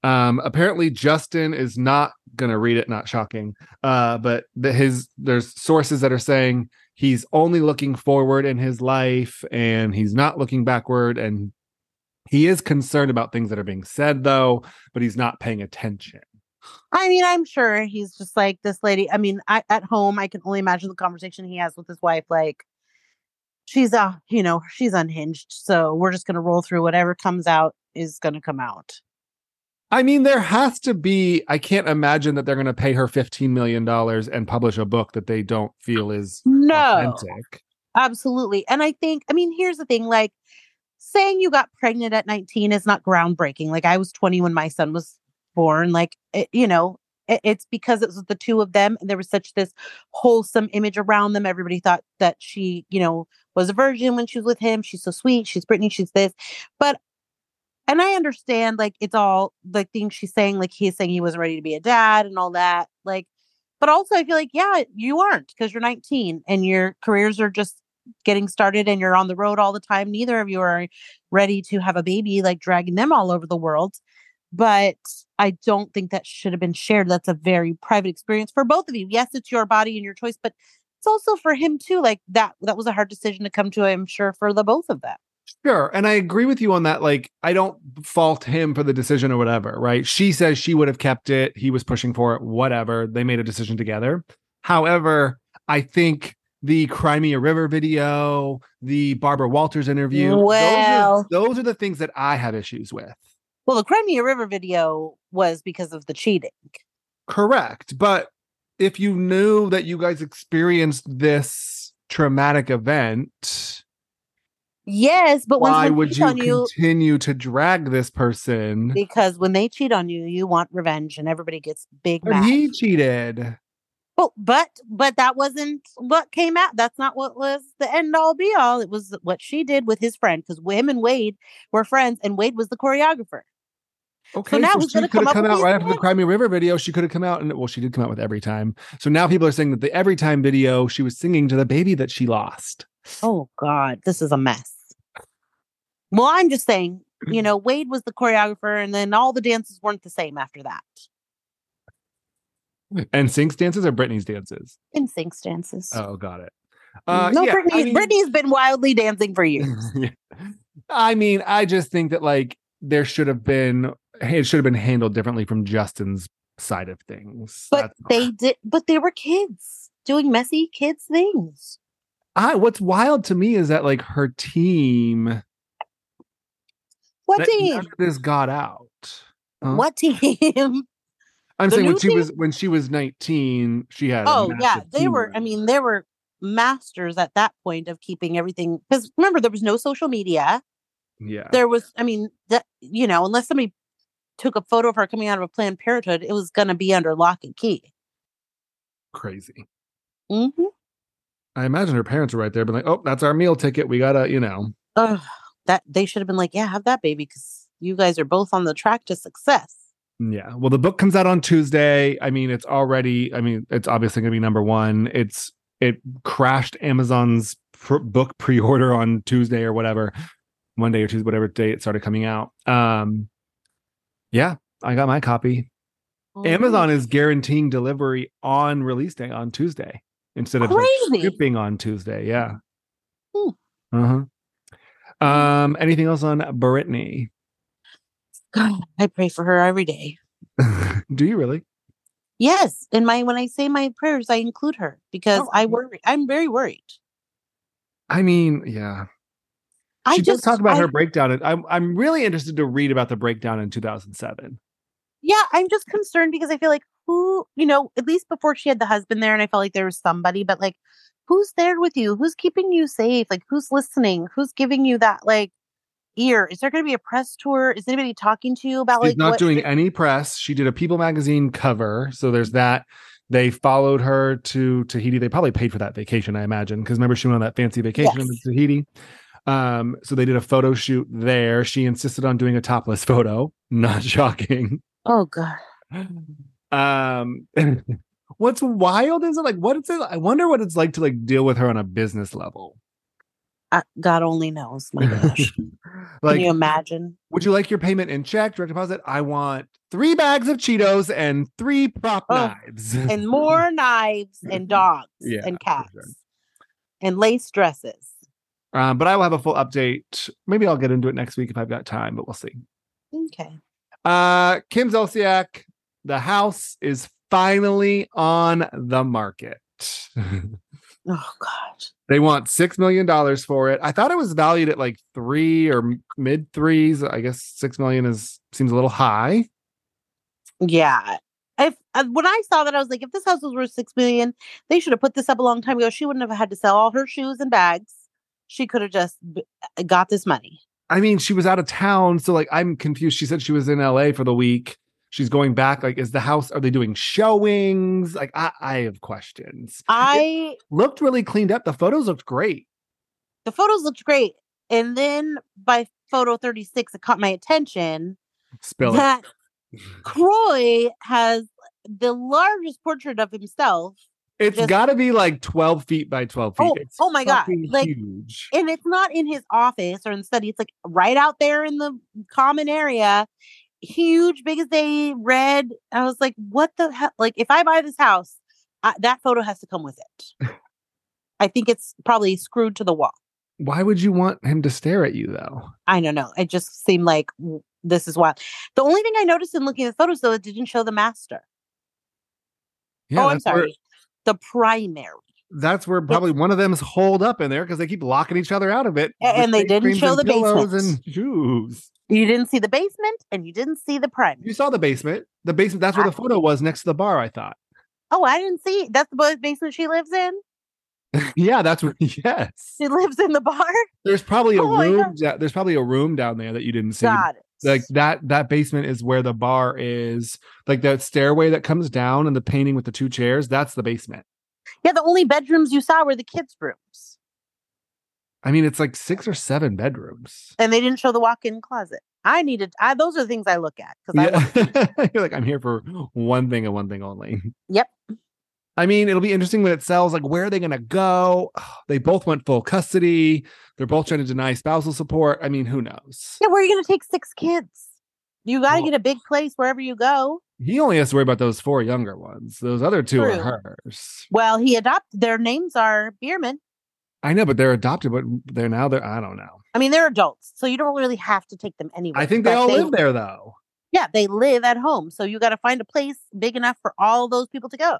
Speaker 1: Um, apparently Justin is not gonna read it, not shocking. Uh, but the, his there's sources that are saying he's only looking forward in his life and he's not looking backward and he is concerned about things that are being said though, but he's not paying attention.
Speaker 2: I mean, I'm sure he's just like this lady. I mean, I, at home, I can only imagine the conversation he has with his wife. Like, she's uh, you know, she's unhinged, so we're just gonna roll through whatever comes out is gonna come out.
Speaker 1: I mean, there has to be. I can't imagine that they're going to pay her fifteen million dollars and publish a book that they don't feel is
Speaker 2: No,
Speaker 1: authentic.
Speaker 2: absolutely. And I think, I mean, here's the thing: like, saying you got pregnant at 19 is not groundbreaking. Like, I was 20 when my son was born. Like, it, you know. it- It's because it was the two of them, and there was such this wholesome image around them. Everybody thought that she, you know, was a virgin when she was with him. She's so sweet. She's Brittany. She's this. But, and I understand like it's all like things she's saying, like he's saying he wasn't ready to be a dad and all that. Like, but also I feel like, yeah, you aren't because you're 19 and your careers are just getting started and you're on the road all the time. Neither of you are ready to have a baby, like dragging them all over the world. But I don't think that should have been shared. That's a very private experience for both of you. Yes, it's your body and your choice, but it's also for him too. Like that, that was a hard decision to come to, I'm sure, for the both of them.
Speaker 1: Sure. And I agree with you on that. Like, I don't fault him for the decision or whatever, right? She says she would have kept it. He was pushing for it, whatever. They made a decision together. However, I think the Crimea River video, the Barbara Walters interview,
Speaker 2: Well.
Speaker 1: those, are, those are the things that I have issues with.
Speaker 2: Well, the Crimea River video was because of the cheating.
Speaker 1: Correct. But if you knew that you guys experienced this traumatic event,
Speaker 2: Yes, but when
Speaker 1: why
Speaker 2: someone
Speaker 1: would
Speaker 2: cheats
Speaker 1: you
Speaker 2: on you,
Speaker 1: continue to drag this person?
Speaker 2: because when they cheat on you, you want revenge, and everybody gets big
Speaker 1: But
Speaker 2: mad.
Speaker 1: he cheated.
Speaker 2: But but but that wasn't what came out. That's not what was the end all be all. It was what she did with his friend because him and Wade were friends, and Wade was the choreographer.
Speaker 1: Okay, so,
Speaker 2: now he's
Speaker 1: she
Speaker 2: gonna
Speaker 1: could have
Speaker 2: come up
Speaker 1: come
Speaker 2: with
Speaker 1: out
Speaker 2: these
Speaker 1: right after the
Speaker 2: things?
Speaker 1: Crimea River video. She could have come out and well, she did come out with Every Time. So now people are saying that the Every Time video, she was singing to the baby that she lost.
Speaker 2: Oh God, this is a mess. Well, I'm just saying, you know, Wade was the choreographer, and then all the dances weren't the same after that.
Speaker 1: And Sync's dances or Britney's dances?
Speaker 2: In sync dances.
Speaker 1: Oh, got it.
Speaker 2: Mm, no,
Speaker 1: yeah,
Speaker 2: Brittany.
Speaker 1: I mean-
Speaker 2: Brittany's been wildly dancing for years.
Speaker 1: Yeah. I mean, I just think that like there should have been it should have been handled differently from Justin's side of things.
Speaker 2: But
Speaker 1: That's-
Speaker 2: they did. But they were kids doing messy kids things.
Speaker 1: I what's wild to me is that like her team
Speaker 2: What
Speaker 1: that uh-huh.
Speaker 2: team?
Speaker 1: none of this got out. Huh?
Speaker 2: What team?
Speaker 1: I'm
Speaker 2: The
Speaker 1: saying when
Speaker 2: new
Speaker 1: she
Speaker 2: team-
Speaker 1: was when she was 19, she had. a
Speaker 2: Oh yeah,
Speaker 1: massive
Speaker 2: they
Speaker 1: team
Speaker 2: were. I
Speaker 1: win.
Speaker 2: mean, they were masters at that point of keeping everything. Because remember, there was no social media.
Speaker 1: yeah,
Speaker 2: There was. I mean, that you know, unless somebody took a photo of her coming out of a Planned Parenthood, it was going to be under lock and key.
Speaker 1: crazy.
Speaker 2: hmm
Speaker 1: Mm-hmm. I imagine her parents were right there, but like, oh, that's our meal ticket. We gotta, you know,
Speaker 2: Ugh, that they should have been like, yeah, have that baby because you guys are both on the track to success.
Speaker 1: yeah. Well, the book comes out on Tuesday. I mean, it's already. I mean, it's obviously gonna be number one. It's it crashed Amazon's pr- book pre-order on Tuesday or whatever, Monday or Tuesday, whatever day it started coming out. Um, yeah, I got my copy. Amazon is guaranteeing delivery on release day on Tuesday instead of like,
Speaker 2: Crazy.
Speaker 1: shipping on Tuesday. Yeah.
Speaker 2: Hmm.
Speaker 1: Uh
Speaker 2: Mm.
Speaker 1: huh. Um. Anything else on Brittany?
Speaker 2: Oh, God, I pray for her every day.
Speaker 1: Do you really?
Speaker 2: Yes, in my when I say my prayers, I include her because
Speaker 1: Oh,
Speaker 2: I
Speaker 1: okay.
Speaker 2: worry. I'm very worried.
Speaker 1: I mean, yeah.
Speaker 2: I
Speaker 1: she does
Speaker 2: just
Speaker 1: talk about
Speaker 2: I-
Speaker 1: her breakdown. and I'm I'm really interested to read about the breakdown in 2007.
Speaker 2: Yeah, I'm just concerned because I feel like who you know at least before she had the husband there, and I felt like there was somebody, but like who's there with you? Who's keeping you safe? Like who's listening? Who's giving you that like ear? Is there going to be a press tour? Is anybody talking to you about
Speaker 1: She's
Speaker 2: like
Speaker 1: not
Speaker 2: what-
Speaker 1: doing any press. She did a People magazine cover, so there's that. They followed her to Tahiti. They probably paid for that vacation, I imagine, because remember she went on that fancy vacation
Speaker 2: Yes.
Speaker 1: to Tahiti. Um, so they did a photo shoot there. She insisted on doing a topless photo. Not shocking.
Speaker 2: Oh god.
Speaker 1: Um, what's wild is it like what it's I wonder what it's like to like deal with her on a business level.
Speaker 2: Uh, God only knows. My gosh.
Speaker 1: like,
Speaker 2: Can you imagine?
Speaker 1: would you like your payment in check, direct deposit? I want three bags of Cheetos and three prop
Speaker 2: Oh,
Speaker 1: knives.
Speaker 2: And more knives and dogs
Speaker 1: Yeah,
Speaker 2: and
Speaker 1: for
Speaker 2: cats
Speaker 1: sure.
Speaker 2: and lace dresses.
Speaker 1: Um, but I will have a full update. Maybe I'll get into it next week if I've got time, but we'll see.
Speaker 2: Okay.
Speaker 1: Uh, Kim Zolciak, the house is finally on the market.
Speaker 2: Oh God.
Speaker 1: they want six million dollars for it. I thought it was valued at like three or m- mid threes. I guess six million is seems a little high.
Speaker 2: Yeah. If uh, when I saw that, I was like, if this house was worth six million, they should have put this up a long time ago. She wouldn't have had to sell all her shoes and bags. She could have just b- uh, got this money.
Speaker 1: I mean, she was out of town, so like I'm confused. She said she was in LA for the week. She's going back. Like, is the house? Are they doing showings? Like, I, I have questions.
Speaker 2: I
Speaker 1: Looked really cleaned up. The photos looked great.
Speaker 2: the photos looked great, and then by photo thirty six, it caught my attention
Speaker 1: Spill it.
Speaker 2: that Croy has the largest portrait of himself,
Speaker 1: It's
Speaker 2: Just-
Speaker 1: got to be like 12 feet by 12 feet.
Speaker 2: Oh,
Speaker 1: It's
Speaker 2: oh my God,
Speaker 1: fucking
Speaker 2: like-
Speaker 1: huge.
Speaker 2: and it's not in his office or in the study. It's like right out there in the common area, huge, big as they red. I was like, what the hell? Like, if I buy this house, I, that photo has to come with it. I think it's probably screwed to the wall.
Speaker 1: Why would you want him to stare at you though?
Speaker 2: I don't know. It just seemed like w- this is wild. The only thing I noticed in looking at the photos, though, it didn't show the master. oh, I'm
Speaker 1: that's where-
Speaker 2: sorry. The primary.
Speaker 1: that's where probably one of them's holed up in there because they keep locking each other out of it.
Speaker 2: A- and
Speaker 1: with
Speaker 2: they didn't
Speaker 1: creams
Speaker 2: show
Speaker 1: and
Speaker 2: the
Speaker 1: pillows
Speaker 2: basement.
Speaker 1: and shoes.
Speaker 2: You didn't see the basement and you didn't see the primary.
Speaker 1: You saw the basement. The basement. That's where the photo was next to the bar. I thought.
Speaker 2: Oh, I didn't see. That's the bo- basement she lives in.
Speaker 1: Yeah, that's where, yes.
Speaker 2: She lives in the bar.
Speaker 1: There's probably a
Speaker 2: Oh my
Speaker 1: room.
Speaker 2: God.
Speaker 1: da- there's probably a room down there that you didn't see.
Speaker 2: Got it.
Speaker 1: Like that. That basement is where the bar is. Like that stairway that comes down and the painting with the two chairs. That's the basement.
Speaker 2: yeah, the only bedrooms you saw were the kids' rooms,
Speaker 1: I mean, it's like six or seven bedrooms.
Speaker 2: and they didn't show the walk-in closet. I needed. I those are the things I look at because I.
Speaker 1: Yeah. You're like, I'm here for one thing and one thing only.
Speaker 2: Yep.
Speaker 1: I mean, it'll be interesting when it sells. Like, where are they going to go? They both went full custody. They're both trying to deny spousal support. I mean, who knows?
Speaker 2: Yeah, where are you going to take six kids? You got to
Speaker 1: Well-
Speaker 2: get a big place wherever you go.
Speaker 1: He only has to worry about those four younger ones. Those other two
Speaker 2: True.
Speaker 1: are hers.
Speaker 2: Well, he adopted. Their names are Bierman.
Speaker 1: I know, but they're adopted, but they're now they're I don't know.
Speaker 2: I mean, they're adults, so you don't really have to take them anywhere.
Speaker 1: I think they
Speaker 2: but
Speaker 1: all live there though.
Speaker 2: Yeah, they live at home, so you got to find a place big enough for all those people to go.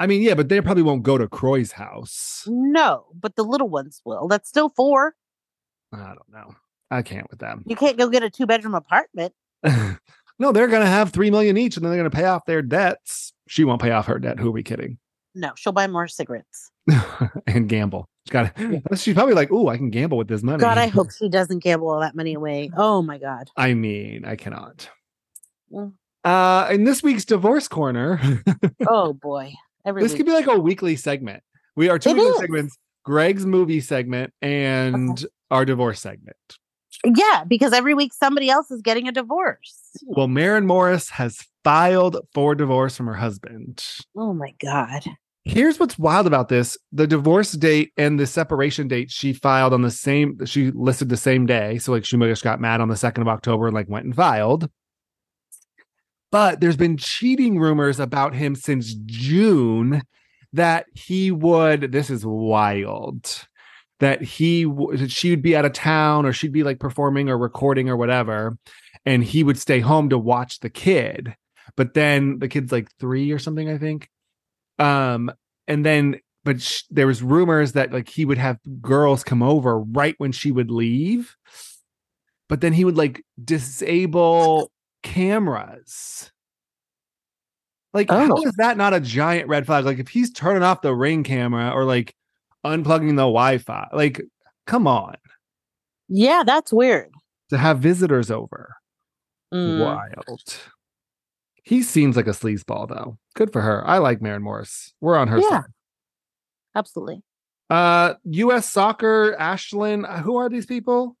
Speaker 1: I mean, yeah, but they probably won't go to Croy's house.
Speaker 2: No, but the little ones will. That's still four. Mm.
Speaker 1: I don't know. I can't with them.
Speaker 2: You can't go get a two-bedroom apartment.
Speaker 1: no, they're gonna have three million each and then they're gonna pay off their debts. She won't pay off her debt. Who are we kidding?
Speaker 2: No, she'll buy more cigarettes.
Speaker 1: and gamble. She's got she's probably like, oh, I can gamble with this money.
Speaker 2: God, I hope she doesn't gamble all that money away. Oh my God.
Speaker 1: I mean, I cannot.
Speaker 2: Mm.
Speaker 1: Uh in this week's divorce corner,
Speaker 2: Oh boy. Every
Speaker 1: this
Speaker 2: week.
Speaker 1: could be like a weekly segment. We are two
Speaker 2: It
Speaker 1: of those
Speaker 2: is.
Speaker 1: segments: Greg's movie segment and our divorce segment.
Speaker 2: yeah, because every week somebody else is getting a divorce.
Speaker 1: Well, Maren Morris has filed for divorce from her husband.
Speaker 2: Oh my God.
Speaker 1: Here's what's wild about this: the divorce date and the separation date she filed on the same. She listed the same day, so like she might have just got mad on the second of October and like went and filed. But there's been cheating rumors about him since June that he would. This is wild. That he w- that she would be out of town or she'd be like performing or recording or whatever, and he would stay home to watch the kid. But then the kid's like three or something, I think um and then but sh- there was rumors that like he would have girls come over right when she would leave but then he would like disable cameras like how
Speaker 2: Oh.
Speaker 1: is that not a giant red flag like if he's turning off the ring camera or like unplugging the wi-fi like come on
Speaker 2: Yeah, that's weird.
Speaker 1: to have visitors over
Speaker 2: Mm.
Speaker 1: wild he seems like a sleazeball though good for her i like Maren morris we're on her
Speaker 2: Yeah.
Speaker 1: side
Speaker 2: Absolutely.
Speaker 1: Uh, U.S. Soccer, Ashland. Who are these people?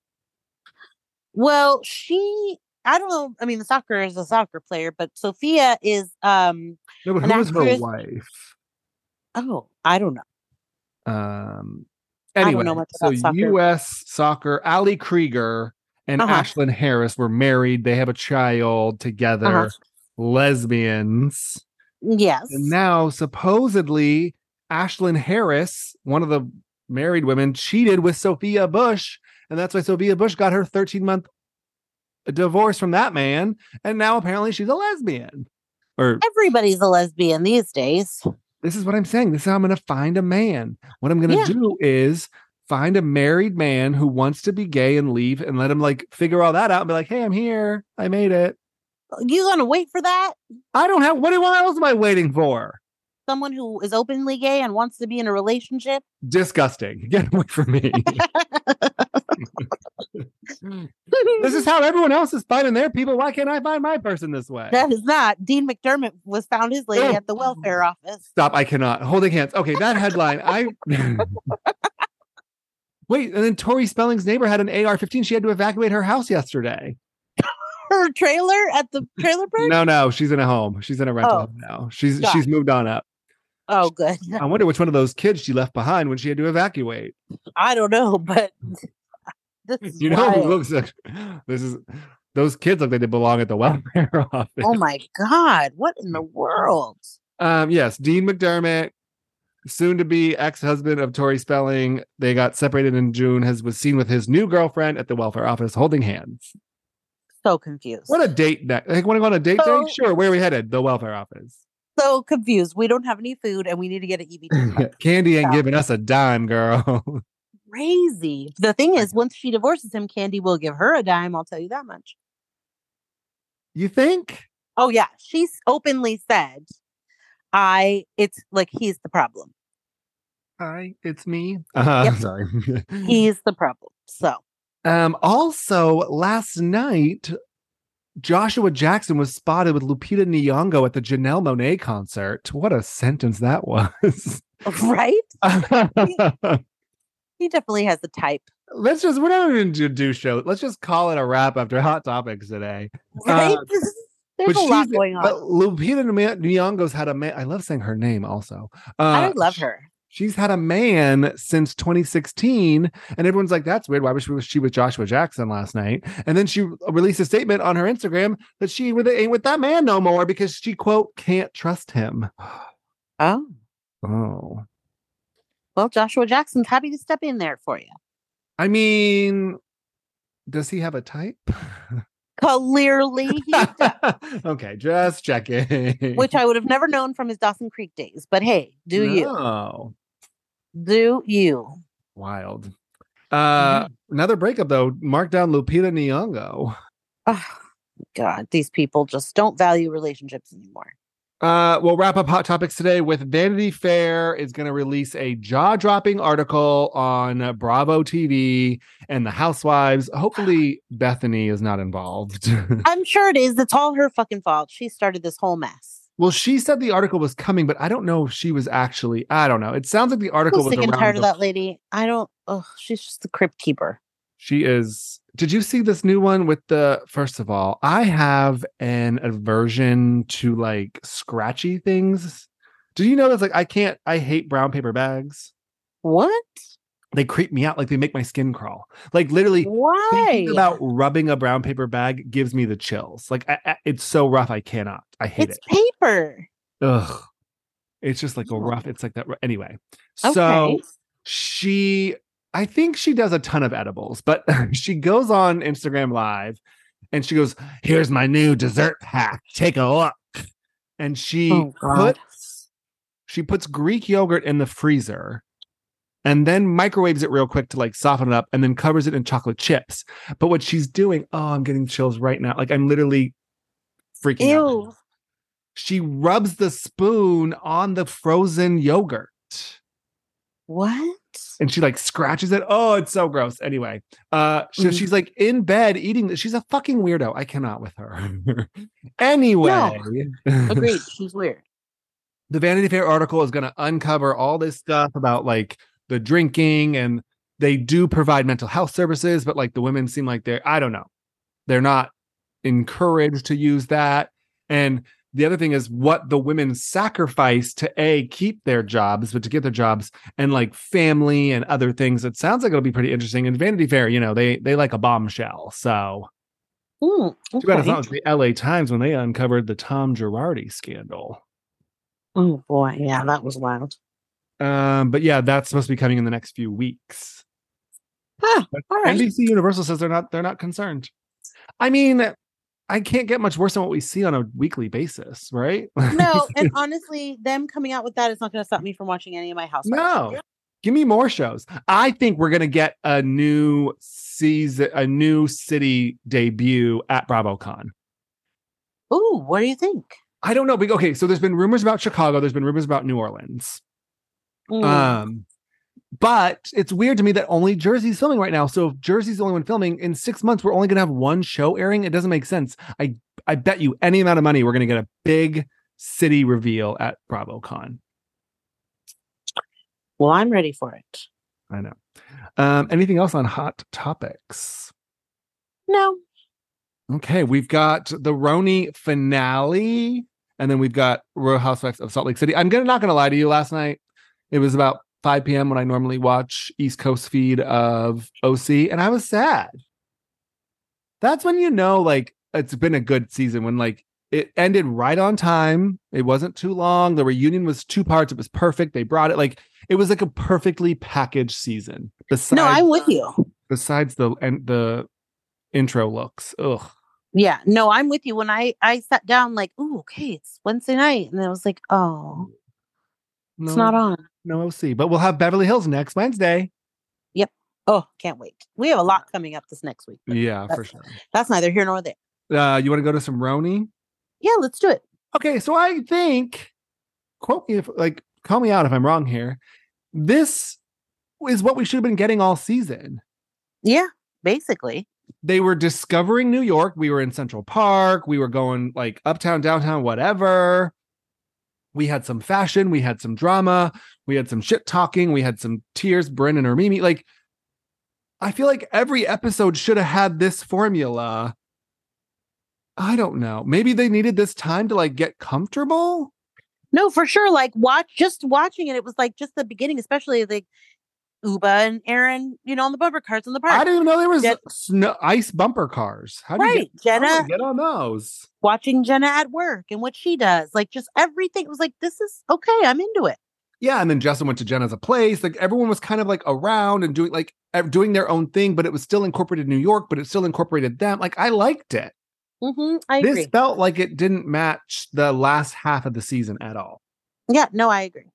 Speaker 2: Well, she I don't know. I mean, the soccer is a soccer player, but Sophia is um
Speaker 1: No, but
Speaker 2: An
Speaker 1: who is her
Speaker 2: actress.
Speaker 1: wife?
Speaker 2: oh, I don't know.
Speaker 1: Um.
Speaker 2: don't
Speaker 1: Anyway,
Speaker 2: know much
Speaker 1: so
Speaker 2: about soccer.
Speaker 1: U.S. Soccer, Ali Krieger and
Speaker 2: Uh-huh.
Speaker 1: Ashlyn Harris were married. They have a child together.
Speaker 2: Uh-huh.
Speaker 1: Lesbians.
Speaker 2: Yes.
Speaker 1: And now, supposedly, Ashlyn Harris, one of the married women, cheated with Sophia Bush. And that's why Sophia Bush got her 13 month divorce from that man. And now apparently she's a lesbian. Or
Speaker 2: Everybody's a lesbian these days.
Speaker 1: this is what I'm saying. This is how I'm going to find a man. What I'm going to
Speaker 2: Yeah.
Speaker 1: do is find a married man who wants to be gay and leave and let him like figure all that out and be like, hey, I'm here. I made it.
Speaker 2: You gonna wait for that?
Speaker 1: I don't have what, do- what else am I waiting for?
Speaker 2: Someone who is openly gay and wants to be in a relationship?
Speaker 1: Disgusting. Get away from me. this is how everyone else is finding their people. Why can't I find my person this way?
Speaker 2: That is not. Dean McDermott was found his lady
Speaker 1: Oh.
Speaker 2: at the welfare office.
Speaker 1: Stop. I cannot. Holding hands. Okay, that headline. I wait. And then Tori Spelling's neighbor had an AR 15. She had to evacuate her house yesterday.
Speaker 2: Her trailer at the trailer park?
Speaker 1: No, no, she's in a home. She's in a rental
Speaker 2: Oh.
Speaker 1: home now. She's
Speaker 2: Got
Speaker 1: she's moved on up.
Speaker 2: Oh, good.
Speaker 1: I wonder which one of those kids she left behind when she had to evacuate.
Speaker 2: I don't know, but this is
Speaker 1: You know, who
Speaker 2: wild.
Speaker 1: looks like this is those kids look like they belong at the welfare office.
Speaker 2: oh my God. What in the world?
Speaker 1: Um, yes, Dean McDermott, soon to be ex husband of Tori Spelling. They got separated in June, has was seen with his new girlfriend at the welfare office holding hands.
Speaker 2: So confused.
Speaker 1: What a date night. Like, want to go on a date
Speaker 2: So-
Speaker 1: day? Sure. Where are we headed? The welfare office.
Speaker 2: so confused. We don't have any food and we need to get an EBT. card.
Speaker 1: Candy ain't
Speaker 2: Yeah.
Speaker 1: giving us a dime, girl.
Speaker 2: Crazy. The thing is, once she divorces him, Candy will give her a dime. I'll tell you that much.
Speaker 1: you think?
Speaker 2: Oh yeah, she's openly said, "I." It's like he's the problem.
Speaker 1: Hi, it's me. Uh,
Speaker 2: Yep.
Speaker 1: Sorry.
Speaker 2: He's the problem. So
Speaker 1: Um, also, last night, Joshua Jackson was spotted with Lupita Nyong'o at the Janelle Monet concert. What a sentence that was!
Speaker 2: right, he definitely has a type.
Speaker 1: Let's just we're not even gonna do show. Let's just call it a wrap after hot topics today.
Speaker 2: Right.
Speaker 1: Uh,
Speaker 2: There's
Speaker 1: but
Speaker 2: a lot
Speaker 1: she's-
Speaker 2: going on.
Speaker 1: But Lupita Nyong- Nyong'o's had a man. I love saying her name also. Uh,
Speaker 2: I love her.
Speaker 1: She's had a man since 2016, and everyone's like, "That's weird. Why was she, she with Joshua Jackson last night?" And then she released a statement on her Instagram that she with ain't with that man no more because she quote can't trust him.
Speaker 2: Oh
Speaker 1: Oh,
Speaker 2: well, Joshua Jackson's happy to step in there for you.
Speaker 1: I mean, does he have a type?
Speaker 2: Clearly, he does.
Speaker 1: okay, just checking.
Speaker 2: which I would have never known from his Dawson Creek days. But hey, do you?
Speaker 1: No.
Speaker 2: Do you?
Speaker 1: Oh, Wild. Uh,
Speaker 2: Mm-hmm.
Speaker 1: another breakup though. Mark down Lupita Nyong'o.
Speaker 2: Oh, God, these people just don't value relationships anymore.
Speaker 1: Uh, we'll wrap up hot topics today with Vanity Fair is going to release a jaw-dropping article on uh, Bravo TV and the Housewives. Hopefully, Bethany is not involved.
Speaker 2: I'm sure it is. It's all her fucking fault. She started this whole mess.
Speaker 1: well, she said the article was coming, but I don't know if she was actually. I don't know. It sounds like the
Speaker 2: I'm
Speaker 1: article was
Speaker 2: sick and
Speaker 1: around
Speaker 2: tired of
Speaker 1: bef-
Speaker 2: that lady. I don't. Ugh, she's just the crypt keeper.
Speaker 1: She is. Did you see this new one with the first of all? I have an aversion to like scratchy things. Do you know that's like I can't I hate brown paper bags?
Speaker 2: What?
Speaker 1: they creep me out like they make my skin crawl like literally
Speaker 2: Why?
Speaker 1: thinking about rubbing a brown paper bag gives me the chills like I, I- it's so rough i cannot i hate
Speaker 2: it's
Speaker 1: it
Speaker 2: paper.
Speaker 1: ugh it's just like a
Speaker 2: Oh.
Speaker 1: rough it's like that ru- anyway
Speaker 2: Okay.
Speaker 1: so she i think she does a ton of edibles but she goes on instagram live and she goes here's my new dessert pack take a look and she
Speaker 2: Oh, God.
Speaker 1: puts she puts greek yogurt in the freezer and then microwaves it real quick to like soften it up and then covers it in chocolate chips but what she's doing oh i'm getting chills right now like i'm literally freaking out right now.
Speaker 2: Ew.
Speaker 1: she rubs the spoon on the frozen yogurt
Speaker 2: What?
Speaker 1: and she like scratches it. Oh, it's so gross. Anyway, uh, so
Speaker 2: Mhm.
Speaker 1: she's like in bed eating. th- She's a fucking weirdo. I cannot with her. anyway,
Speaker 2: Agreed. She's weird.
Speaker 1: the Vanity Fair article is going to uncover all this stuff about like the drinking, and they do provide mental health services, but like the women seem like they're I don't know, they're not encouraged to use that. And the other thing is what the women sacrifice to a keep their jobs, but to get their jobs and like family and other things. It sounds like it'll be pretty interesting. And Vanity Fair, you know, they they like a bombshell. So
Speaker 2: Mm,
Speaker 1: too bad it's
Speaker 2: okay.
Speaker 1: not like the L.A. Times when they uncovered the Tom Girardi scandal.
Speaker 2: Oh boy, yeah, that was loud.
Speaker 1: Um, but yeah, that's supposed to be coming in the next few weeks.
Speaker 2: Ah,
Speaker 1: But
Speaker 2: all right.
Speaker 1: NBC Universal says they're not they're not concerned. I mean, I can't get much worse than what we see on a weekly basis, right?
Speaker 2: No, and honestly, them coming out with that is not going to stop me from watching any of my house.
Speaker 1: no. Give me more shows. I think we're gonna get a new season, a new city debut at BravoCon.
Speaker 2: Ooh, what do you think?
Speaker 1: I don't know. but- Okay, so there's been rumors about Chicago. There's been rumors about New Orleans.
Speaker 2: Mm,
Speaker 1: Um, but it's weird to me that only Jersey's filming right now. So if Jersey's the only one filming, in six months we're only gonna have one show airing. It doesn't make sense. I I bet you any amount of money we're gonna get a big city reveal at BravoCon.
Speaker 2: well, I'm ready for it.
Speaker 1: I know. Um, anything else on hot topics?
Speaker 2: No,
Speaker 1: Okay, we've got the Roni finale, and then we've got Real Housewives of Salt Lake City. I'm gonna not gonna lie to you. Last night, it was about 5 p.m. when I normally watch East Coast feed of OC, and I was sad. That's when you know, like, it's been a good season when like it ended right on time. It wasn't too long. The reunion was two parts. It was perfect. They brought it like it was like a perfectly packaged season. Besides,
Speaker 2: no, I'm with you.
Speaker 1: besides the and the intro looks. Ugh.
Speaker 2: Yeah, no, I'm with you. When I I sat down, like, ooh, okay, it's Wednesday night, and I was like, oh,
Speaker 1: No,
Speaker 2: it's not on.
Speaker 1: no OC. But we'll have Beverly Hills next Wednesday.
Speaker 2: Oh, can't wait. We have a lot coming up this next week. but
Speaker 1: Yeah, for
Speaker 2: that's-
Speaker 1: sure.
Speaker 2: That's neither here nor there.
Speaker 1: Uh, you want to go to some Roni?
Speaker 2: Yeah, let's do it.
Speaker 1: Okay, so I think quote me if like call me out if I'm wrong here. This is what we should have been getting all season.
Speaker 2: Yeah, basically.
Speaker 1: They were discovering New York. We were in Central Park. We were going like uptown, downtown, whatever. We had some fashion. We had some drama. We had some shit talking. We had some tears, Bryn and her Mimi. Like, I feel like every episode should have had this formula. I don't know. Maybe they needed this time to like get comfortable.
Speaker 2: No, for sure. Like watch just watching it, it was like just the beginning, especially like Uba and Aaron, you know, on the bumper cars in the
Speaker 1: I
Speaker 2: park.
Speaker 1: didn't even know there was
Speaker 2: Jet-
Speaker 1: snow, ice bumper cars. How do you
Speaker 2: Right.
Speaker 1: get, how do you
Speaker 2: Jenna
Speaker 1: get on those?
Speaker 2: watching Jenna at work and what she does. Like just everything. It was like, this is okay, I'm into it.
Speaker 1: Yeah, and then Justin went to Jenna's a place. Like everyone was kind of like around and doing like ev- doing their own thing, but it was still incorporated New York, but it still incorporated them. Like I liked it.
Speaker 2: hmm I
Speaker 1: this
Speaker 2: agree.
Speaker 1: felt like it didn't match the last half of the season at all.
Speaker 2: Yeah, no, I agree.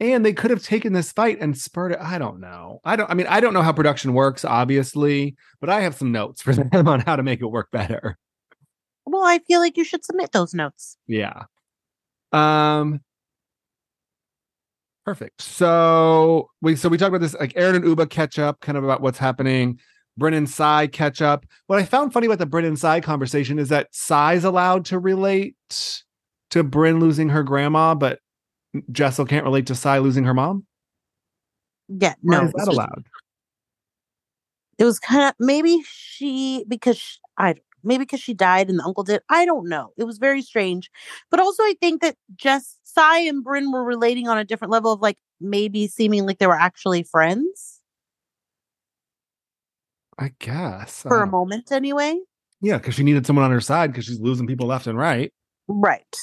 Speaker 1: And they could have taken this fight and spurred it. I don't know. I don't. I mean, I don't know how production works, obviously, but I have some notes for them on how to make it work better.
Speaker 2: Well, I feel like you should submit those notes.
Speaker 1: Yeah. Um perfect. So we so we talked about this like Aaron and Uba catch up, kind of about what's happening. Brennan Sai catch up. What I found funny about the Brennan Sai conversation is that Sai's allowed to relate to Bryn losing her grandma, but Jessel can't relate to Sai losing her mom.
Speaker 2: Yeah,
Speaker 1: Why
Speaker 2: no.
Speaker 1: is that
Speaker 2: it's-
Speaker 1: allowed?
Speaker 2: It was kind of maybe she because sh I maybe because she died and the uncle did. I don't know. It was very strange, but also I think that Jess, Sai, and Bryn were relating on a different level of like maybe seeming like they were actually friends
Speaker 1: I guess. I
Speaker 2: for a
Speaker 1: don't-
Speaker 2: moment, anyway.
Speaker 1: yeah, because she needed someone on her side because she's losing people left and right.
Speaker 2: Right.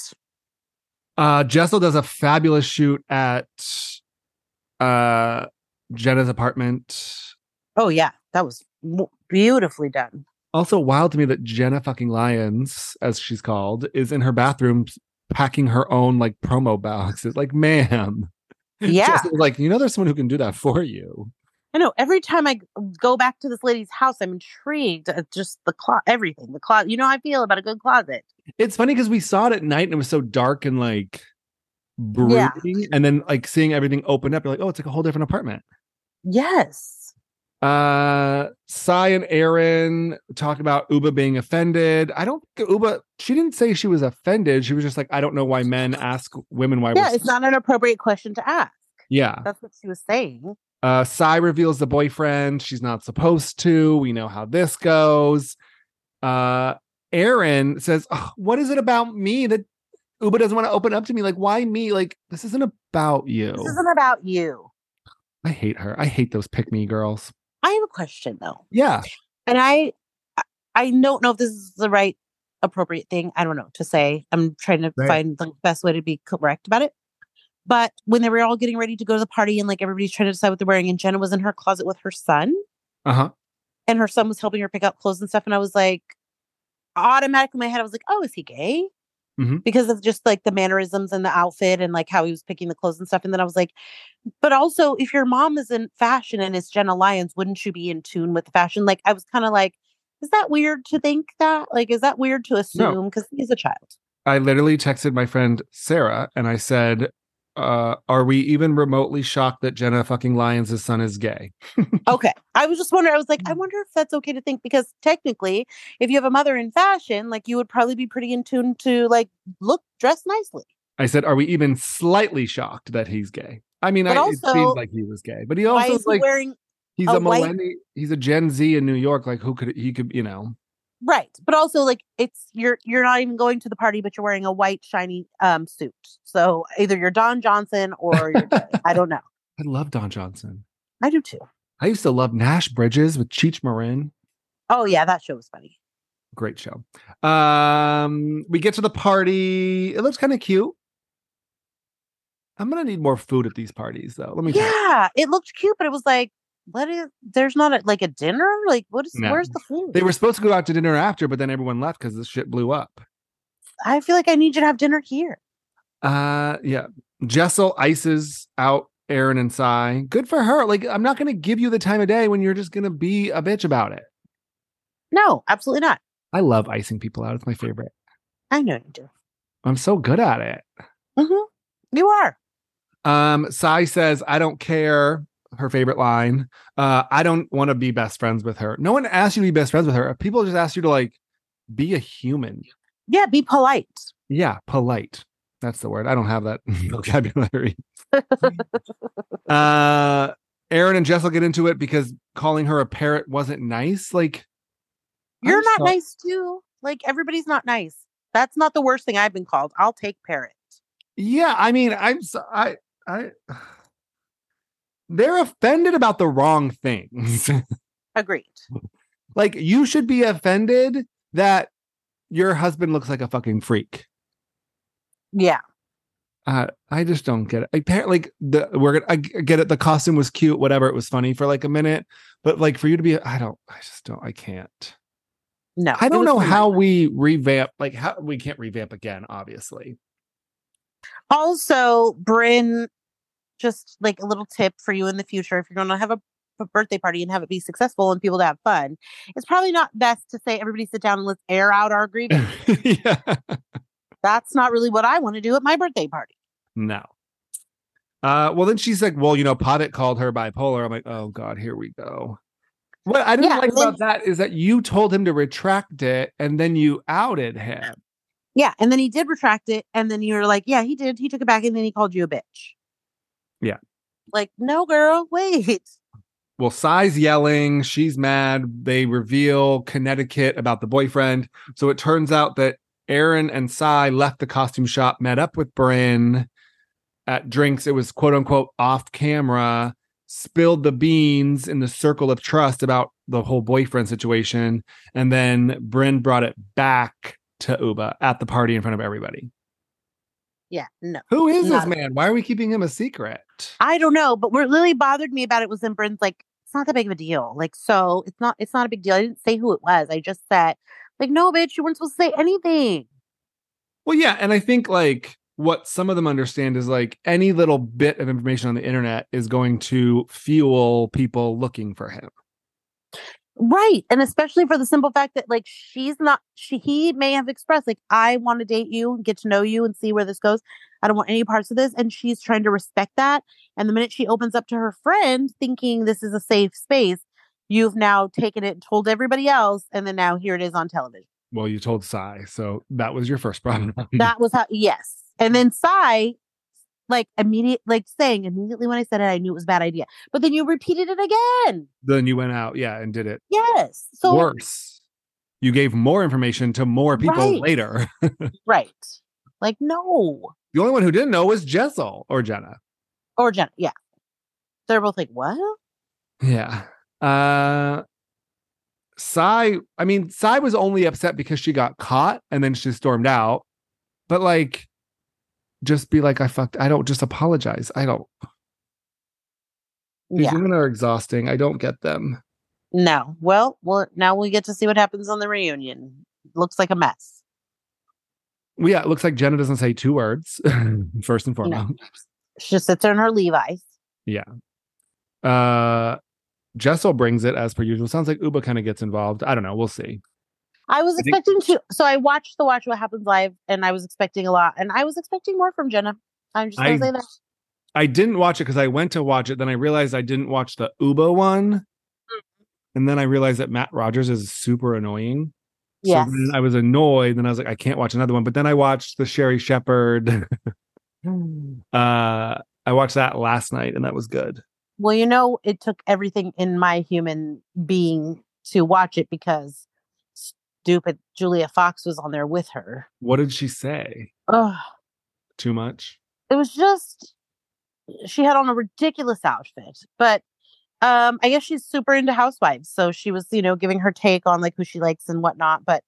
Speaker 1: Uh, Jessel does a fabulous shoot at uh, Jenna's apartment.
Speaker 2: Oh yeah, that was w- beautifully done.
Speaker 1: Also, wild to me that Jenna fucking Lyons, as she's called, is in her bathroom packing her own like promo boxes. Like, ma'am.
Speaker 2: Yeah,
Speaker 1: Jessel's like, you know, there's someone who can do that for you.
Speaker 2: I know. Every time I g- go back to this lady's house, I'm intrigued. at Just the closet, everything, the closet. You know how I feel about a good closet.
Speaker 1: It's funny because we saw it at night and it was so dark and like brooding. And then like seeing everything open up, you're like, oh, it's like a whole different apartment.
Speaker 2: Yes.
Speaker 1: uh Sai and Aaron talk about Uba being offended. I don't think Uba she didn't say she was offended. She was just like, I don't know why men ask women why
Speaker 2: Yeah,
Speaker 1: we're
Speaker 2: it's not an appropriate question to ask.
Speaker 1: yeah.
Speaker 2: That's what she was saying.
Speaker 1: Uh Sai reveals the boyfriend. She's not supposed to. We know how this goes. Uh Aaron says, "Ugh, What is it about me that Uba doesn't want to open up to me? Like, why me? Like, this isn't about you.
Speaker 2: This isn't about you.
Speaker 1: I hate her. I hate those pick me girls.
Speaker 2: I have a question though,
Speaker 1: Yeah.
Speaker 2: and I I- I don't know if this is the right appropriate thing. I don't know to say. I'm trying to
Speaker 1: Say it.
Speaker 2: find the best way to be correct about it. But when they were all getting ready to go to the party and like everybody's trying to decide what they're wearing, and Jenna was in her closet with her son,
Speaker 1: Uh-huh.
Speaker 2: and her son was helping her pick out clothes and stuff, and I was like, automatically in my head, I was like, oh, is he gay?
Speaker 1: Mhm.
Speaker 2: Because of just like the mannerisms and the outfit and like how he was picking the clothes and stuff. And then I was like, but also if your mom is in fashion and is Jenna Lyons, wouldn't you be in tune with fashion? Like I was kind of like, is that weird to think that? Like, is that weird to assume? Because he's a child.
Speaker 1: I literally texted my friend Sarah and I said, uh, "Are we even remotely shocked that Jenna fucking Lyons' son is gay?"
Speaker 2: Okay. I was just wondering, I was like, I wonder if that's okay to think because technically, if you have a mother in fashion, like you would probably be pretty in tune to like look dress nicely.
Speaker 1: I said, "Are we even slightly shocked that he's gay?" I mean, I,
Speaker 2: But
Speaker 1: it
Speaker 2: also,
Speaker 1: seems like he was gay, but he
Speaker 2: Why
Speaker 1: also
Speaker 2: is
Speaker 1: is
Speaker 2: he
Speaker 1: like
Speaker 2: wearing
Speaker 1: he's
Speaker 2: a
Speaker 1: a,
Speaker 2: white-
Speaker 1: millennial, he's a Gen Z in New York. Like, who could he could you know?
Speaker 2: Right. But also like it's you're you're not even going to the party, but you're wearing a white shiny um suit. So either you're Don Johnson or you're gay. I don't know.
Speaker 1: I love Don Johnson.
Speaker 2: I do too.
Speaker 1: I used to love Nash Bridges with Cheech Marin.
Speaker 2: Oh yeah, that show was funny.
Speaker 1: Great show. Um, we get to the party. It looks kind of cute. I'm gonna need more food at these parties, though. Let me. tell you.
Speaker 2: Yeah, it looked cute, but it was like, what is? There's not a, like a dinner. Like, what is?
Speaker 1: No.
Speaker 2: Where's the food?
Speaker 1: They were supposed to go out to dinner after, but then everyone left because the shit blew up.
Speaker 2: I feel like I need you to have dinner here.
Speaker 1: Uh, yeah. Jessel ices out Aaron and Cy. Good for her. Like, I'm not gonna give you the time of day when you're just gonna be a bitch about it.
Speaker 2: No, absolutely not.
Speaker 1: I love icing people out. It's my favorite.
Speaker 2: I know you do.
Speaker 1: I'm so good at it.
Speaker 2: hmm You are.
Speaker 1: Um, Sai says, I don't care. Her favorite line. Uh, I don't want to be best friends with her. No one asked you to be best friends with her. People just ask you to like be a human.
Speaker 2: Yeah, be polite.
Speaker 1: Yeah, polite. That's the word. I don't have that vocabulary. uh Aaron and Jess will get into it because calling her a parrot wasn't nice. Like
Speaker 2: You're
Speaker 1: I'm
Speaker 2: not
Speaker 1: so-
Speaker 2: nice too. Like everybody's not nice. That's not the worst thing I've been called. I'll take parrot.
Speaker 1: Yeah, I mean, I'm so, I I they're offended about the wrong things.
Speaker 2: Agreed.
Speaker 1: Like you should be offended that your husband looks like a fucking freak.
Speaker 2: Yeah.
Speaker 1: Uh, I just don't get it. Apparently, like, the we're gonna I g- get it. The costume was cute, whatever. It was funny for like a minute, but like for you to be, I don't, I just don't, I can't.
Speaker 2: No.
Speaker 1: I
Speaker 2: it
Speaker 1: don't
Speaker 2: was
Speaker 1: know
Speaker 2: rude.
Speaker 1: how we revamp. Like how we can't revamp again, obviously.
Speaker 2: Also, Bryn, just like a little tip for you in the future if you're going to have a, a birthday party and have it be successful and people to have fun, it's probably not best to say, everybody sit down and let's air out our grievances.
Speaker 1: yeah,
Speaker 2: That's not really what I want to do at my birthday party.
Speaker 1: no. Uh, well, then she's like, well, you know, Poppet called her bipolar. I'm like, oh god, here we go. What I didn't
Speaker 2: Yeah,
Speaker 1: like
Speaker 2: and then-
Speaker 1: about that is that you told him to retract it, and then you outed him.
Speaker 2: Yeah. And then he did retract it. And then you were like, yeah, he did. He took it back. And then he called you a bitch.
Speaker 1: Yeah.
Speaker 2: Like, no, girl, wait.
Speaker 1: well, Sai's yelling, she's mad. They reveal Connecticut about the boyfriend. So it turns out that Aaron and Sai left the costume shop, met up with Bryn at drinks. It was quote unquote off camera, spilled the beans in the circle of trust about the whole boyfriend situation. And then Bryn brought it back to Uba at the party in front of everybody.
Speaker 2: Yeah. No.
Speaker 1: Who is this
Speaker 2: Not-
Speaker 1: man? Why are we keeping him a secret?
Speaker 2: I don't know, but what really bothered me about it was then Bryn's like, it's not that big of a deal. Like, so it's not it's not a big deal. I didn't say who it was. I just said, like, no, bitch, you weren't supposed to say anything.
Speaker 1: Well, yeah, and I think like what some of them understand is like any little bit of information on the internet is going to fuel people looking for him.
Speaker 2: Right. And especially for the simple fact that like she's not she he may have expressed like I want to date you and get to know you and see where this goes. I don't want any parts of this and she's trying to respect that. And the minute she opens up to her friend thinking this is a safe space, you've now taken it and told everybody else and then now here it is on television.
Speaker 1: Well, you told Sai, so that was your first problem.
Speaker 2: That was how yes. And then Sai like immediate like saying immediately when I said it I knew it was a bad idea. But then you repeated it again.
Speaker 1: then you went out, yeah, and did it
Speaker 2: Yes. So
Speaker 1: worse. You gave more information to more people
Speaker 2: Right.
Speaker 1: later.
Speaker 2: right. Like no.
Speaker 1: The only one who didn't know was Jessel or Jenna.
Speaker 2: or Jenna. Yeah. They're both like, what?
Speaker 1: Yeah. Uh Sai, I mean, Sai was only upset because she got caught and then she stormed out. But like just be like, I fucked. I don't just apologize. I don't. These
Speaker 2: Yeah.
Speaker 1: women are exhausting. I don't get them.
Speaker 2: No. Well, well, now we get to see what happens on the reunion. Looks like a mess.
Speaker 1: Well, yeah, it looks like Jenna doesn't say two words, first and foremost.
Speaker 2: She just sits there in her Levi's.
Speaker 1: Uh Jessel brings it as per usual. Sounds like Uba kind of gets involved. I don't know. We'll see.
Speaker 2: I was
Speaker 1: I think-
Speaker 2: expecting to. So I watched the Watch What Happens Live and I was expecting a lot. And I was expecting more from Jenna. I'm just
Speaker 1: I-
Speaker 2: going to say that.
Speaker 1: I didn't watch it because I went to watch it. Then I realized I didn't watch the Uba one.
Speaker 2: Mm.
Speaker 1: And then I realized that Matt Rogers is super annoying. So
Speaker 2: Yes.
Speaker 1: then I was annoyed. Then I was like, I can't watch another one. But then I watched the Sherry Shepherd. uh, I watched that last night and that was good.
Speaker 2: Well, you know, it took everything in my human being to watch it because stupid Julia Fox was on there with her.
Speaker 1: What did she say?
Speaker 2: Ugh.
Speaker 1: Too much?
Speaker 2: it was just she had on a ridiculous outfit but um, I guess she's super into housewives. So she was, you know, giving her take on like who she likes and whatnot. But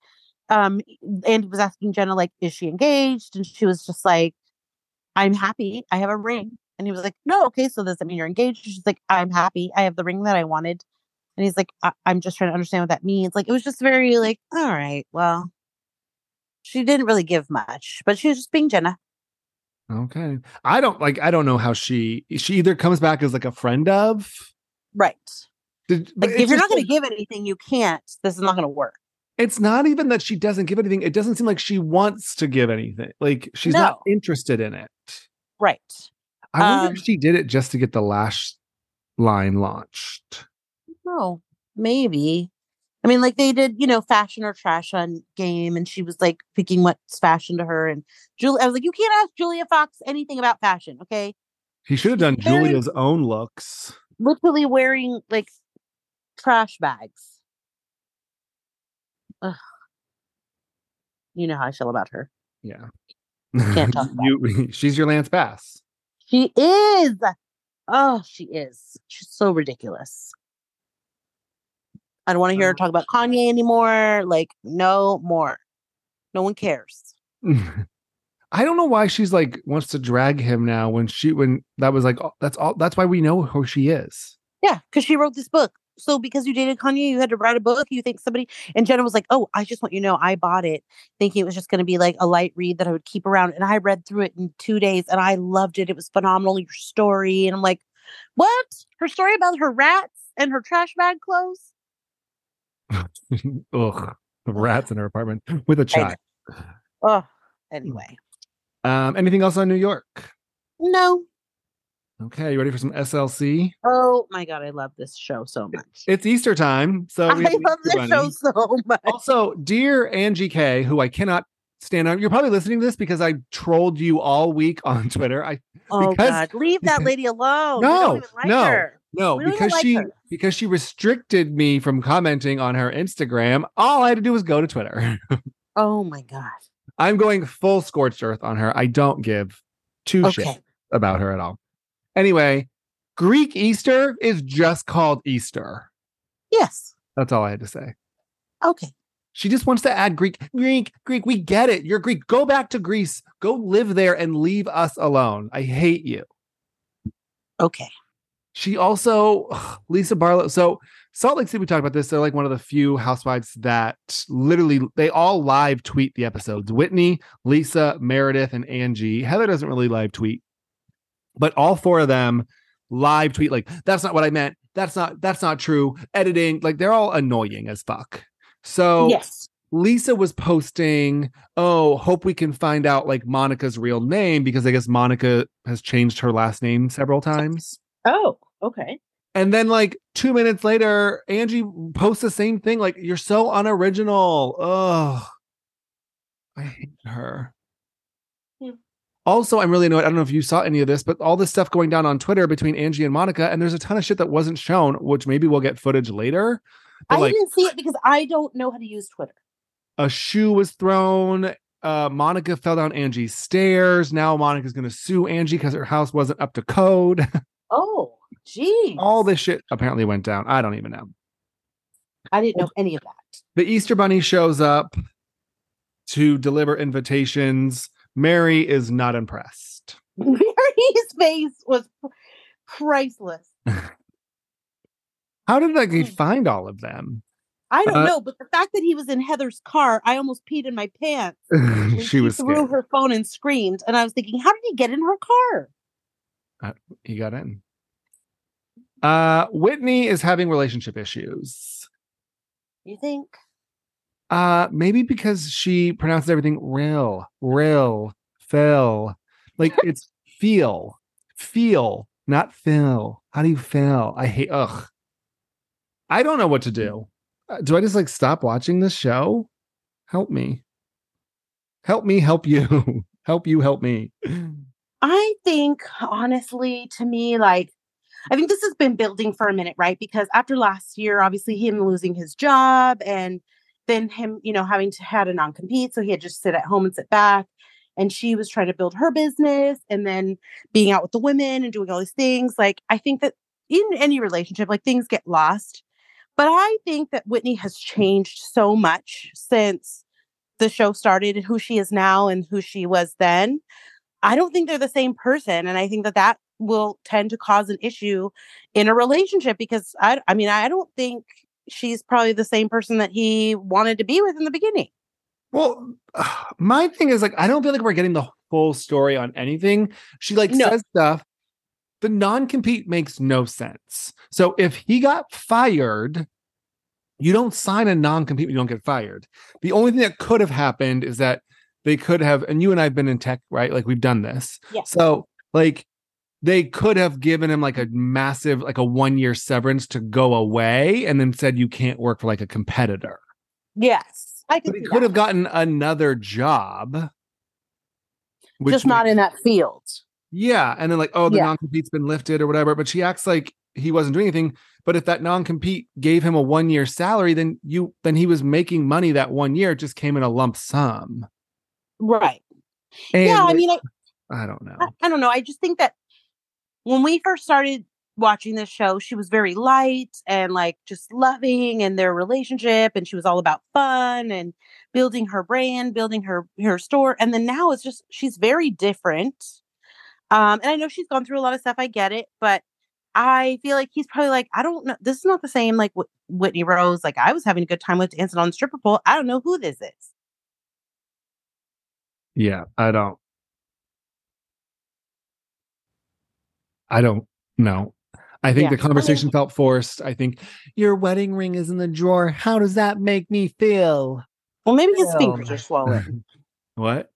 Speaker 2: um Andy was asking Jenna, like, is she engaged? And she was just like, I'm happy. I have a ring. And he was like, No, okay, so does that mean you're engaged? She's like, I'm happy. I have the ring that I wanted. And he's like, I- I'm just trying to understand what that means. Like, it was just very like, all right, well, she didn't really give much, but she was just being Jenna.
Speaker 1: Okay. I don't like I don't know how she she either comes back as like a friend of
Speaker 2: Right.
Speaker 1: did, but
Speaker 2: Like,
Speaker 1: it
Speaker 2: if you're
Speaker 1: just-
Speaker 2: not going to give anything, you can't. This is not going to work.
Speaker 1: it's not even that she doesn't give anything. It doesn't seem like she wants to give anything. Like she's not
Speaker 2: No.
Speaker 1: interested in it.
Speaker 2: Right.
Speaker 1: I wonder
Speaker 2: Um,
Speaker 1: if she did it just to get the lash line launched.
Speaker 2: No, maybe. I mean, like they did, you know, fashion or trash on game, and she was like picking what's fashion to her. And Julie, I was like, you can't ask Julia Fox anything about fashion, okay?
Speaker 1: He should have done
Speaker 2: Very-
Speaker 1: Julia's own looks.
Speaker 2: Literally wearing like trash bags. Ugh. You know how I feel about her.
Speaker 1: Yeah.
Speaker 2: Can't talk about
Speaker 1: You- she's your Lance Bass.
Speaker 2: She is. Oh, she is. She's so ridiculous. I don't want to hear her talk about Kanye anymore. Like, no more. No one cares.
Speaker 1: I don't know why she's like wants to drag him now when she when that was like oh, that's all that's why we know who she is.
Speaker 2: Yeah, because she wrote this book. So because you dated Kanye, you had to write a book. You think somebody and Jenna was like, "Oh, I just want you to know, I bought it, thinking it was just going to be like a light read that I would keep around." And I read through it in two days, and I loved it. It was phenomenal. Your story, and I'm like, "What? Her story about her rats and her trash bag clothes?"
Speaker 1: Ugh, rats in her apartment with a child.
Speaker 2: Oh, anyway,
Speaker 1: Um, anything else on New York?
Speaker 2: no.
Speaker 1: Okay, you ready for some SLC?
Speaker 2: Oh my god, I love this show so much.
Speaker 1: It's Easter time, so we
Speaker 2: I
Speaker 1: have the
Speaker 2: love
Speaker 1: Easter
Speaker 2: this show
Speaker 1: Bunny.
Speaker 2: so much.
Speaker 1: Also, dear Angie K, who I cannot stand on, you're probably listening to this because I trolled you all week on Twitter. I
Speaker 2: Oh
Speaker 1: because-
Speaker 2: god, leave that lady alone. We
Speaker 1: No,
Speaker 2: don't even like
Speaker 1: no.
Speaker 2: her.
Speaker 1: No,
Speaker 2: We don't even
Speaker 1: because
Speaker 2: like
Speaker 1: she
Speaker 2: her.
Speaker 1: because she restricted me from commenting on her Instagram. All I had to do was go to Twitter.
Speaker 2: Oh my god.
Speaker 1: I'm going full scorched earth on her. I don't give two
Speaker 2: Okay.
Speaker 1: shits about her at all. Anyway, Greek Easter is just called Easter.
Speaker 2: Yes.
Speaker 1: That's all I had to say.
Speaker 2: Okay.
Speaker 1: She just wants to add Greek, Greek, Greek. We get it. You're Greek. Go back to Greece. Go live there and leave us alone. I hate you.
Speaker 2: Okay.
Speaker 1: She also ugh, Lisa Barlow. So Salt Lake City, we talked about this. They're like one of the few housewives that literally they all live tweet the episodes. Whitney, Lisa, Meredith, and Angie. Heather doesn't really live tweet, but all four of them live tweet like that's not what I meant. That's not that's not true. Editing like they're all annoying as fuck. So
Speaker 2: yes.
Speaker 1: Lisa was posting, "Oh, hope we can find out like Monica's real name because I guess Monica has changed her last name several times."
Speaker 2: Oh, okay.
Speaker 1: And then like two minutes later, Angie posts the same thing. Like, you're so unoriginal. Ugh. I hate her.
Speaker 2: Yeah.
Speaker 1: Also, I'm really annoyed. I don't know if you saw any of this, but all this stuff going down on Twitter between Angie and Monica, and there's a ton of shit that wasn't shown, which maybe we'll get footage later. But
Speaker 2: I
Speaker 1: like
Speaker 2: didn't see it because I don't know how to use Twitter.
Speaker 1: a shoe was thrown. Uh, Monica fell down Angie's stairs. Now Monica's gonna sue Angie because her house wasn't up to code.
Speaker 2: Oh, gee.
Speaker 1: all this shit apparently went down. I don't even know.
Speaker 2: I didn't know any of that.
Speaker 1: the Easter Bunny shows up to deliver invitations. Mary is not impressed.
Speaker 2: Mary's face was priceless.
Speaker 1: How did like, they
Speaker 2: Hmm.
Speaker 1: find all of them?
Speaker 2: I don't
Speaker 1: Uh,
Speaker 2: know, but the fact that he was in Heather's car, I almost peed in my pants. when
Speaker 1: she was
Speaker 2: threw
Speaker 1: scared.
Speaker 2: her phone and screamed, and I was thinking, how did he get in her car?
Speaker 1: He got in. Uh, Whitney is having relationship issues.
Speaker 2: You think?
Speaker 1: Uh, maybe because she pronounces everything real, real, fell. Like it's feel, feel, not feel. How do you feel? I hate, ugh. I don't know what to do. Uh, Do I just like stop watching this show? Help me. Help me, help you. help you, help me.
Speaker 2: I think, honestly, to me, like, I think this has been building for a minute, right? Because after last year, obviously, him losing his job and then him, you know, having to had a non compete. So he had just sit at home and sit back. And she was trying to build her business and then being out with the women and doing all these things. Like, I think that in any relationship, like things get lost. But I think that Whitney has changed so much since the show started and who she is now and who she was then. I don't think they're the same person. And I think that that will tend to cause an issue in a relationship because I, I mean, I don't think she's probably the same person that he wanted to be with in the beginning.
Speaker 1: Well, my thing is like I don't feel like we're getting the full story on anything. She like
Speaker 2: No.
Speaker 1: says stuff. The non-compete makes no sense. So if he got fired, you don't sign a non-compete, when you don't get fired. The only thing that could have happened is that they could have, and you and I've been in tech, right? Like we've done this.
Speaker 2: Yeah.
Speaker 1: So like they could have given him like a massive, like a one-year severance to go away and then said you can't work for like a competitor.
Speaker 2: Yes. I
Speaker 1: But
Speaker 2: could,
Speaker 1: he
Speaker 2: see
Speaker 1: could
Speaker 2: that.
Speaker 1: have gotten another job. which
Speaker 2: just not
Speaker 1: makes-
Speaker 2: in that field.
Speaker 1: Yeah. And then, like, oh, the
Speaker 2: Yeah.
Speaker 1: non compete's been lifted or whatever. But she acts like he wasn't doing anything. But if that non compete gave him a one year salary, then you, then he was making money that one year. It just came in a lump sum.
Speaker 2: Right.
Speaker 1: And
Speaker 2: yeah. I
Speaker 1: like,
Speaker 2: mean, I,
Speaker 1: I don't know.
Speaker 2: I, I don't know. I just think that when we first started watching this show, she was very light and like just loving and their relationship and she was all about fun and building her brand, building her her store. And then now it's just she's very different. Um and I know she's gone through a lot of stuff, I get it, but I feel like he's probably like, I don't know. This is not the same like Whit- Whitney Rose. Like I was having a good time with dancing on the stripper pole. I don't know who this is.
Speaker 1: Yeah. I don't. I don't know. I think
Speaker 2: Yeah.
Speaker 1: the conversation felt forced. I think your wedding ring is in the drawer. How does that make me feel?
Speaker 2: Well, maybe his
Speaker 1: Well.
Speaker 2: fingers are swollen.
Speaker 1: What?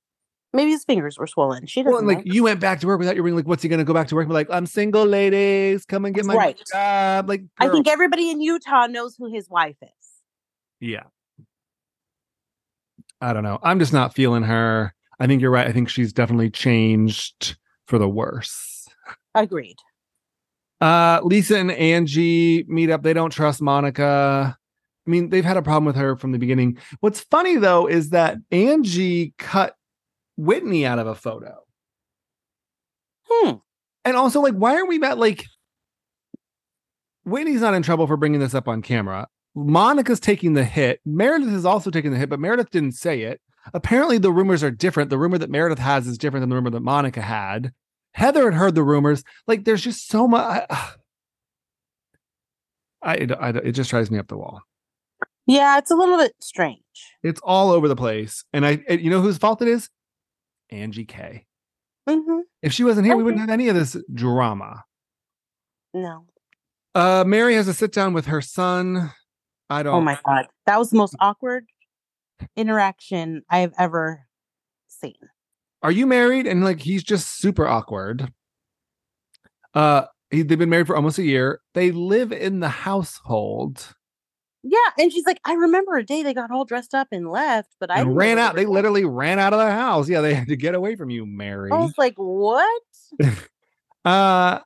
Speaker 2: maybe his fingers were swollen. She doesn't
Speaker 1: Well, and like
Speaker 2: know.
Speaker 1: you went back to work without your ring. Like, what's he gonna go back to work? and be Like, I'm single, ladies. Come and get my
Speaker 2: Right.
Speaker 1: job. Like,
Speaker 2: I
Speaker 1: girl.
Speaker 2: think everybody in Utah knows who his wife is.
Speaker 1: yeah. I don't know. I'm just not feeling her. I think you're right. I think she's definitely changed for the worse.
Speaker 2: Agreed.
Speaker 1: Uh, Lisa and Angie meet up. They don't trust Monica. I mean, they've had a problem with her from the beginning. What's funny though is that Angie cut Whitney out of a photo.
Speaker 2: Hmm.
Speaker 1: and also like why are we about like whitney's not in trouble for bringing this up on camera monica's taking the hit meredith is also taking the hit but meredith didn't say it apparently the rumors are different the rumor that meredith has is different than the rumor that monica had heather had heard the rumors like there's just so much i, I, I it just drives me up the wall
Speaker 2: Yeah, it's a little bit strange.
Speaker 1: it's all over the place and i and you know whose fault it is angie k
Speaker 2: hmm
Speaker 1: if she wasn't here we
Speaker 2: Okay.
Speaker 1: wouldn't have any of this drama
Speaker 2: No.
Speaker 1: Uh, Mary has a sit down with her son. I don't.
Speaker 2: Oh my God. That was the most awkward interaction I have ever seen.
Speaker 1: Are you married? And like, he's just super awkward. Uh, he, they've been married for almost a year. They live in the household
Speaker 2: Yeah. And she's like, I remember a day they got all dressed up and left, but
Speaker 1: and
Speaker 2: I didn't know
Speaker 1: ran
Speaker 2: where
Speaker 1: out. They
Speaker 2: were going."
Speaker 1: literally ran out of the house. Yeah, they had to get away from you, Mary.
Speaker 2: I was like, what?
Speaker 1: Uh,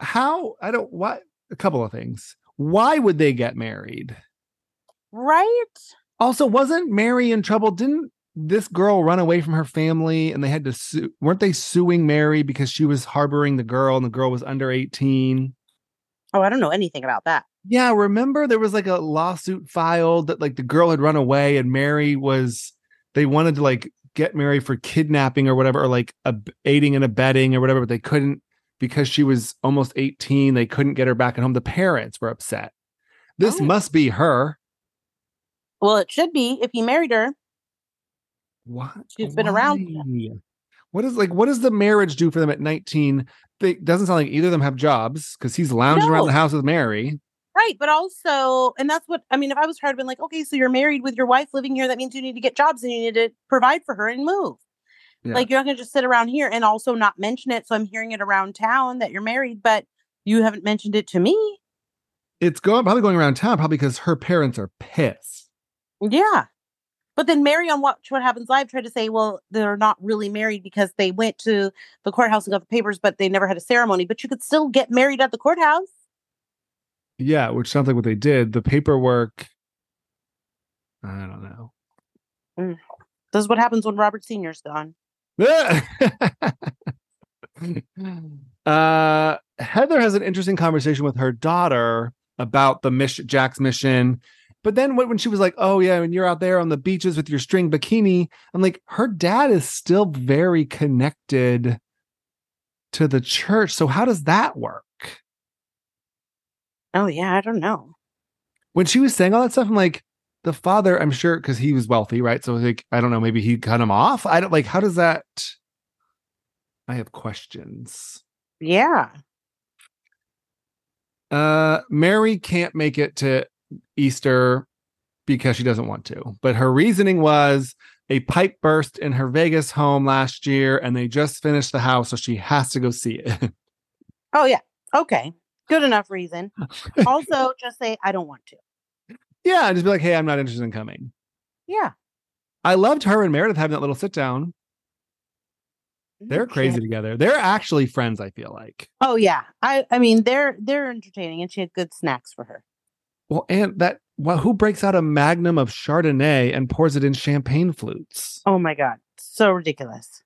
Speaker 1: how? I don't. What? A couple of things. Why would they get married?
Speaker 2: Right?
Speaker 1: Also, wasn't Mary in trouble? Didn't this girl run away from her family and they had to sue? Weren't they suing Mary because she was harboring the girl and the girl was under 18?
Speaker 2: Oh, I don't know anything about that.
Speaker 1: Yeah, remember there was like a lawsuit filed that like the girl had run away and Mary was, they wanted to like get Mary for kidnapping or whatever, or like ab- aiding and abetting or whatever, but they couldn't because she was almost 18. They couldn't get her back at home. The parents were upset. This
Speaker 2: Oh.
Speaker 1: must be her.
Speaker 2: Well, it should be if he married her.
Speaker 1: What?
Speaker 2: She's been around for
Speaker 1: Why? What is like? What does the marriage do for them at nineteen? They doesn't sound like either of them have jobs because he's lounging around the
Speaker 2: No.
Speaker 1: house with Mary.
Speaker 2: Right. But also, and that's what I mean, if I was her, I'd been like, okay, so you're married with your wife living here. That means you need to get jobs and you need to provide for her and move.
Speaker 1: Yeah.
Speaker 2: Like, you're not going to just sit around here and also not mention it. So I'm hearing it around town that you're married, but you haven't mentioned it to me.
Speaker 1: It's going probably going around town probably because her parents are pissed.
Speaker 2: Yeah. But then Mary on Watch What Happens Live tried to say, well, they're not really married because they went to the courthouse and got the papers, but they never had a ceremony. But you could still get married at the courthouse.
Speaker 1: Yeah, which sounds like what they did. The paperwork. I don't know.
Speaker 2: This is what happens when Robert Sr.'s gone.
Speaker 1: uh, Heather has an interesting conversation with her daughter about the mission, Jack's mission. But then when, when she was like, "Oh yeah, when you're out there on the beaches with your string bikini," I'm like, her dad is still very connected to the church. So how does that work?
Speaker 2: Oh yeah, I don't know.
Speaker 1: When she was saying all that stuff, I'm like, the father, I'm sure, because he was wealthy, right? So like, I don't know, maybe he cut him off. I don't like. How does that? I have questions.
Speaker 2: Yeah.
Speaker 1: Uh, Mary can't make it to Easter because she doesn't want to. But her reasoning was a pipe burst in her Vegas home last year and they just finished the house. So she has to go see it.
Speaker 2: Oh yeah. Okay. Good enough reason. also, just say I don't want to.
Speaker 1: yeah. Just be like, hey, I'm not interested in coming.
Speaker 2: Yeah.
Speaker 1: I loved her and Meredith having that little sit down. They're
Speaker 2: Okay.
Speaker 1: crazy together. They're actually friends, I feel like.
Speaker 2: Mm-hmm. Oh yeah. I I mean they're they're entertaining and she had good snacks for her.
Speaker 1: Well, and that, well, who breaks out a magnum of Chardonnay and pours it in champagne flutes?
Speaker 2: Oh my god. So ridiculous.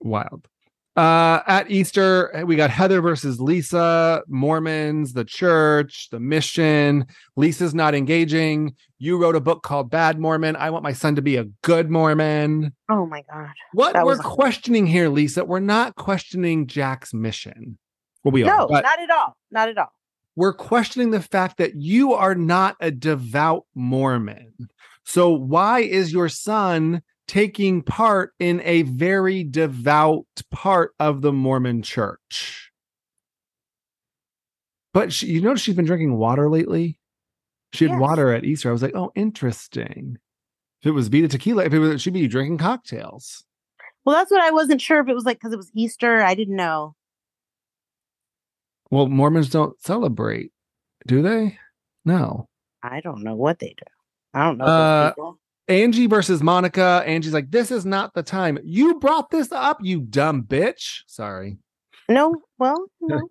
Speaker 1: wild. Uh, at Easter, we got Heather versus Lisa, Mormons, the church, the mission. Lisa's not engaging. You wrote a book called Bad Mormon. I want my son to be a good Mormon.
Speaker 2: Oh my god.
Speaker 1: What
Speaker 2: That
Speaker 1: we're
Speaker 2: was-
Speaker 1: questioning here, Lisa, we're not questioning Jack's mission. Well, we
Speaker 2: no,
Speaker 1: are, but
Speaker 2: not at all. Not at all.
Speaker 1: we're questioning the fact that you are not a devout Mormon. So, why is your son taking part in a very devout part of the Mormon church? But she, you notice she's been drinking water lately. She had
Speaker 2: Yes.
Speaker 1: water at Easter. I was like, oh, interesting. If it was Vita tequila, if it was, she'd be drinking cocktails.
Speaker 2: Well, that's what I wasn't sure if it was like because it was Easter. I didn't know.
Speaker 1: Well, Mormons don't celebrate, do they? No.
Speaker 2: I don't know what they do. I don't know.
Speaker 1: Uh,
Speaker 2: those people.
Speaker 1: Angie versus Monica. Angie's like, this is not the time. You brought this up, you dumb bitch. Sorry.
Speaker 2: No. Well, no.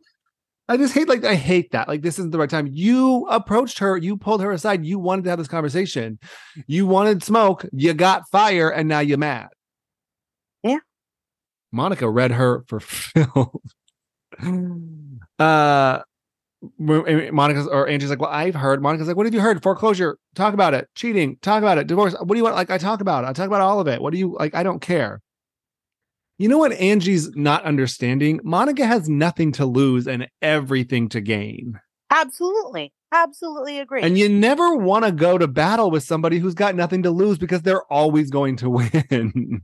Speaker 1: I just hate like I hate that. Like this isn't the right time. You approached her, you pulled her aside, you wanted to have this conversation. You wanted smoke, you got fire, and now you're mad.
Speaker 2: Yeah.
Speaker 1: Monica read her for film. uh Mo- and Monica's or Angie's like, well, I've heard. Monica's like, what have you heard? Foreclosure. Talk about it. Cheating. Talk about it. Divorce. What do you want? Like, I talk about it. I talk about all of it. What do you like? I don't care. You know what? Angie's not understanding. Monica has nothing to lose and everything to gain.
Speaker 2: Absolutely. Absolutely agree.
Speaker 1: And you never want to go to battle with somebody who's got nothing to lose because they're always going to win.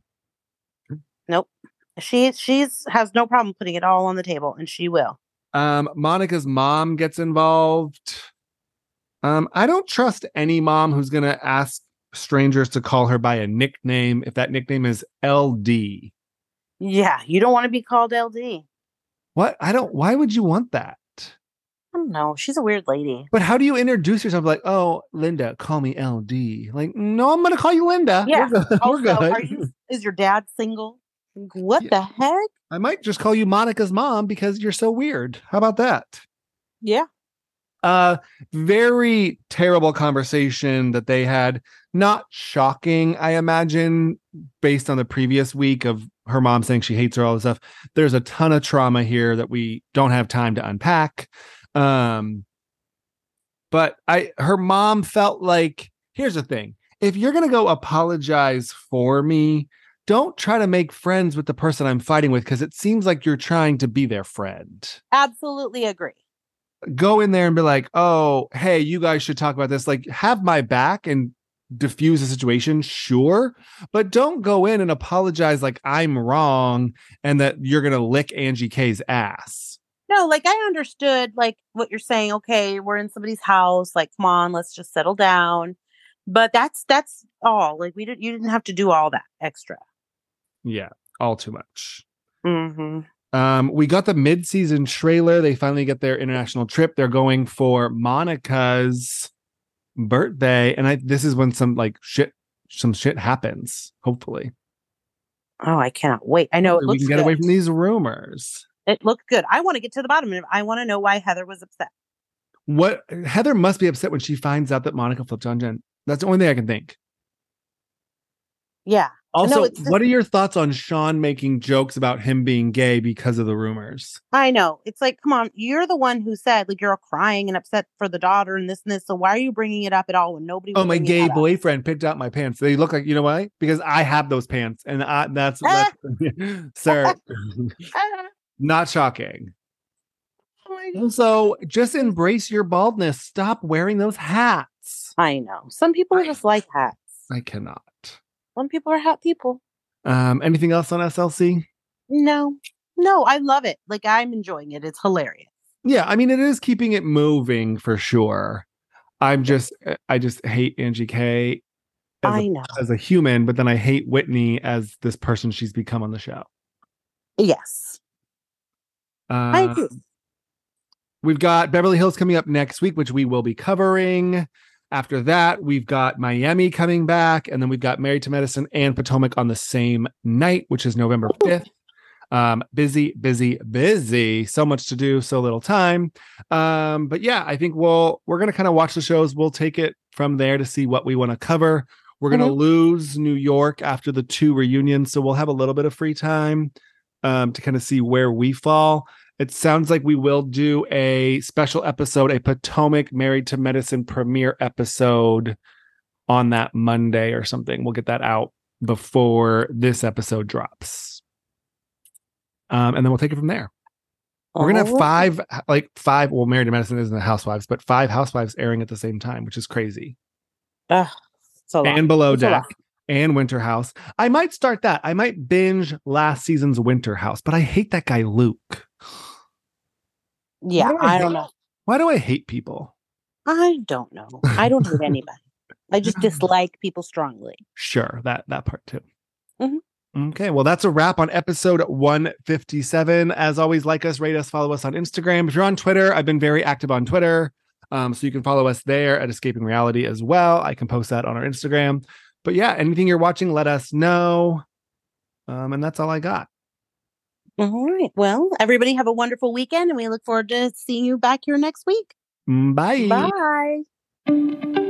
Speaker 2: she she's has no problem putting it all on the table and she will.
Speaker 1: um, Monica's mom gets involved. Um, I don't trust any mom who's going to ask strangers to call her by a nickname if that nickname is LD.
Speaker 2: Yeah, you don't want to be called LD. I
Speaker 1: What? I don't. Why would you want that?
Speaker 2: don't know. She's a weird lady.
Speaker 1: But how do you introduce yourself? Like, oh, Linda, call me LD. Like, no, I'm going to call you Linda.
Speaker 2: Yeah.
Speaker 1: We're good. We're
Speaker 2: Also,
Speaker 1: good.
Speaker 2: are you is your dad single? Like, What
Speaker 1: Yeah.
Speaker 2: the heck?
Speaker 1: I might just call you Monica's mom because you're so weird. How about that?
Speaker 2: Yeah.
Speaker 1: uh very terrible conversation that they had not shocking i imagine based on the previous week of her mom saying she hates her all this stuff there's a ton of trauma here that we don't have time to unpack um but i her mom felt like here's the thing if you're going to go apologize for me don't try to make friends with the person i'm fighting with because it seems like you're trying to be their friend
Speaker 2: Absolutely agree.
Speaker 1: go in there and be like, oh, hey, you guys should talk about this. Like, have my back and diffuse the situation, sure. But don't go in and apologize like I'm wrong and that you're going to lick Angie K's ass.
Speaker 2: No, like I understood like what you're saying, okay, we're in somebody's house, like come on, let's just settle down. But that's that's all. Like we didn't you didn't have to do all that extra.
Speaker 1: Yeah, all too much.
Speaker 2: Mm-hmm.
Speaker 1: Um, we got the mid-season trailer. They finally get their international trip. They're going for Monica's birthday, and I this is when some like shit, some shit happens. Hopefully,
Speaker 2: Oh, I cannot wait. I know it
Speaker 1: we
Speaker 2: looks
Speaker 1: can get
Speaker 2: good.
Speaker 1: away from these rumors.
Speaker 2: it looked good. I want to get to the bottom of it. I want to know why Heather was upset.
Speaker 1: What Heather must be upset when she finds out that Monica flipped on Jen. That's the only thing I can think.
Speaker 2: Yeah.
Speaker 1: Also,
Speaker 2: it's just-
Speaker 1: what are your thoughts on Sean making jokes about him being gay because of the rumors?
Speaker 2: I know. It's like, come on, you're the one who said like you're all crying and upset for the daughter and this and this. So why are you bringing it up at all when nobody?
Speaker 1: Oh,
Speaker 2: was
Speaker 1: my
Speaker 2: bringing
Speaker 1: gay
Speaker 2: that up?
Speaker 1: boyfriend picked out my pants. They look like you know why? Because I have those pants, and I, that's, that's sir,
Speaker 2: Ah,
Speaker 1: not shocking.
Speaker 2: oh my God.
Speaker 1: Also, just embrace your baldness. Stop wearing those hats.
Speaker 2: I know. Some people
Speaker 1: I-
Speaker 2: just like hats.
Speaker 1: I cannot.
Speaker 2: Some people are hat people.
Speaker 1: Um, anything else on SLC?
Speaker 2: No, no, I love it. Like I'm enjoying it. It's hilarious.
Speaker 1: Yeah, I mean it is keeping it moving for sure. I'm just eh, I just hate Angie K as,
Speaker 2: I
Speaker 1: a,
Speaker 2: know.
Speaker 1: as a human, but then I hate Whitney as this person she's become on the show.
Speaker 2: Yes,
Speaker 1: Uh,
Speaker 2: I do.
Speaker 1: We've got Beverly Hills coming up next week, which we will be covering. After that, we've got Miami coming back, and then we've got Married to Medicine and Potomac on the same night, which is November 5th. Um, busy, busy, busy. So much to do, so little time. Um, but yeah, I think we'll we're gonna kind of watch the shows. We'll take it from there to see what we want to cover. We're gonna lose New York after the two reunions, so we'll have a little bit of free time um, to kind of see where we fall. It sounds like we will do a special episode, a Potomac Married to Medicine premiere episode on that Monday or something. We'll get that out before this episode drops. Um, and then we'll take it from there. We're gonna have
Speaker 2: All right.
Speaker 1: five, like five. Well, Married to Medicine isn't the Housewives, but five Housewives airing at the same time, which is crazy.
Speaker 2: Ugh, it's a lot.
Speaker 1: And Below
Speaker 2: It's a
Speaker 1: Deck
Speaker 2: lot.
Speaker 1: and Winter House. I might start that. I might binge last season's Winter House, but I hate that guy Luke. Why
Speaker 2: Yeah,
Speaker 1: do I
Speaker 2: I don't
Speaker 1: hate-
Speaker 2: know.
Speaker 1: Why do I hate people?
Speaker 2: I don't know. I don't hate anybody. I just dislike people strongly.
Speaker 1: Sure, that that part too.
Speaker 2: Mhm.
Speaker 1: Okay, well, that's a wrap on episode 157. As always, like us, rate us, follow us on Instagram. If you're on Twitter, I've been very active on Twitter. Um, so you can follow us there at Escaping Reality as well. I can post that on our Instagram. But yeah, anything you're watching, let us know. Um, and that's all I got.
Speaker 2: All right. Well, everybody have a wonderful weekend, and we look forward to seeing you back here next week.
Speaker 1: Bye.
Speaker 2: Bye.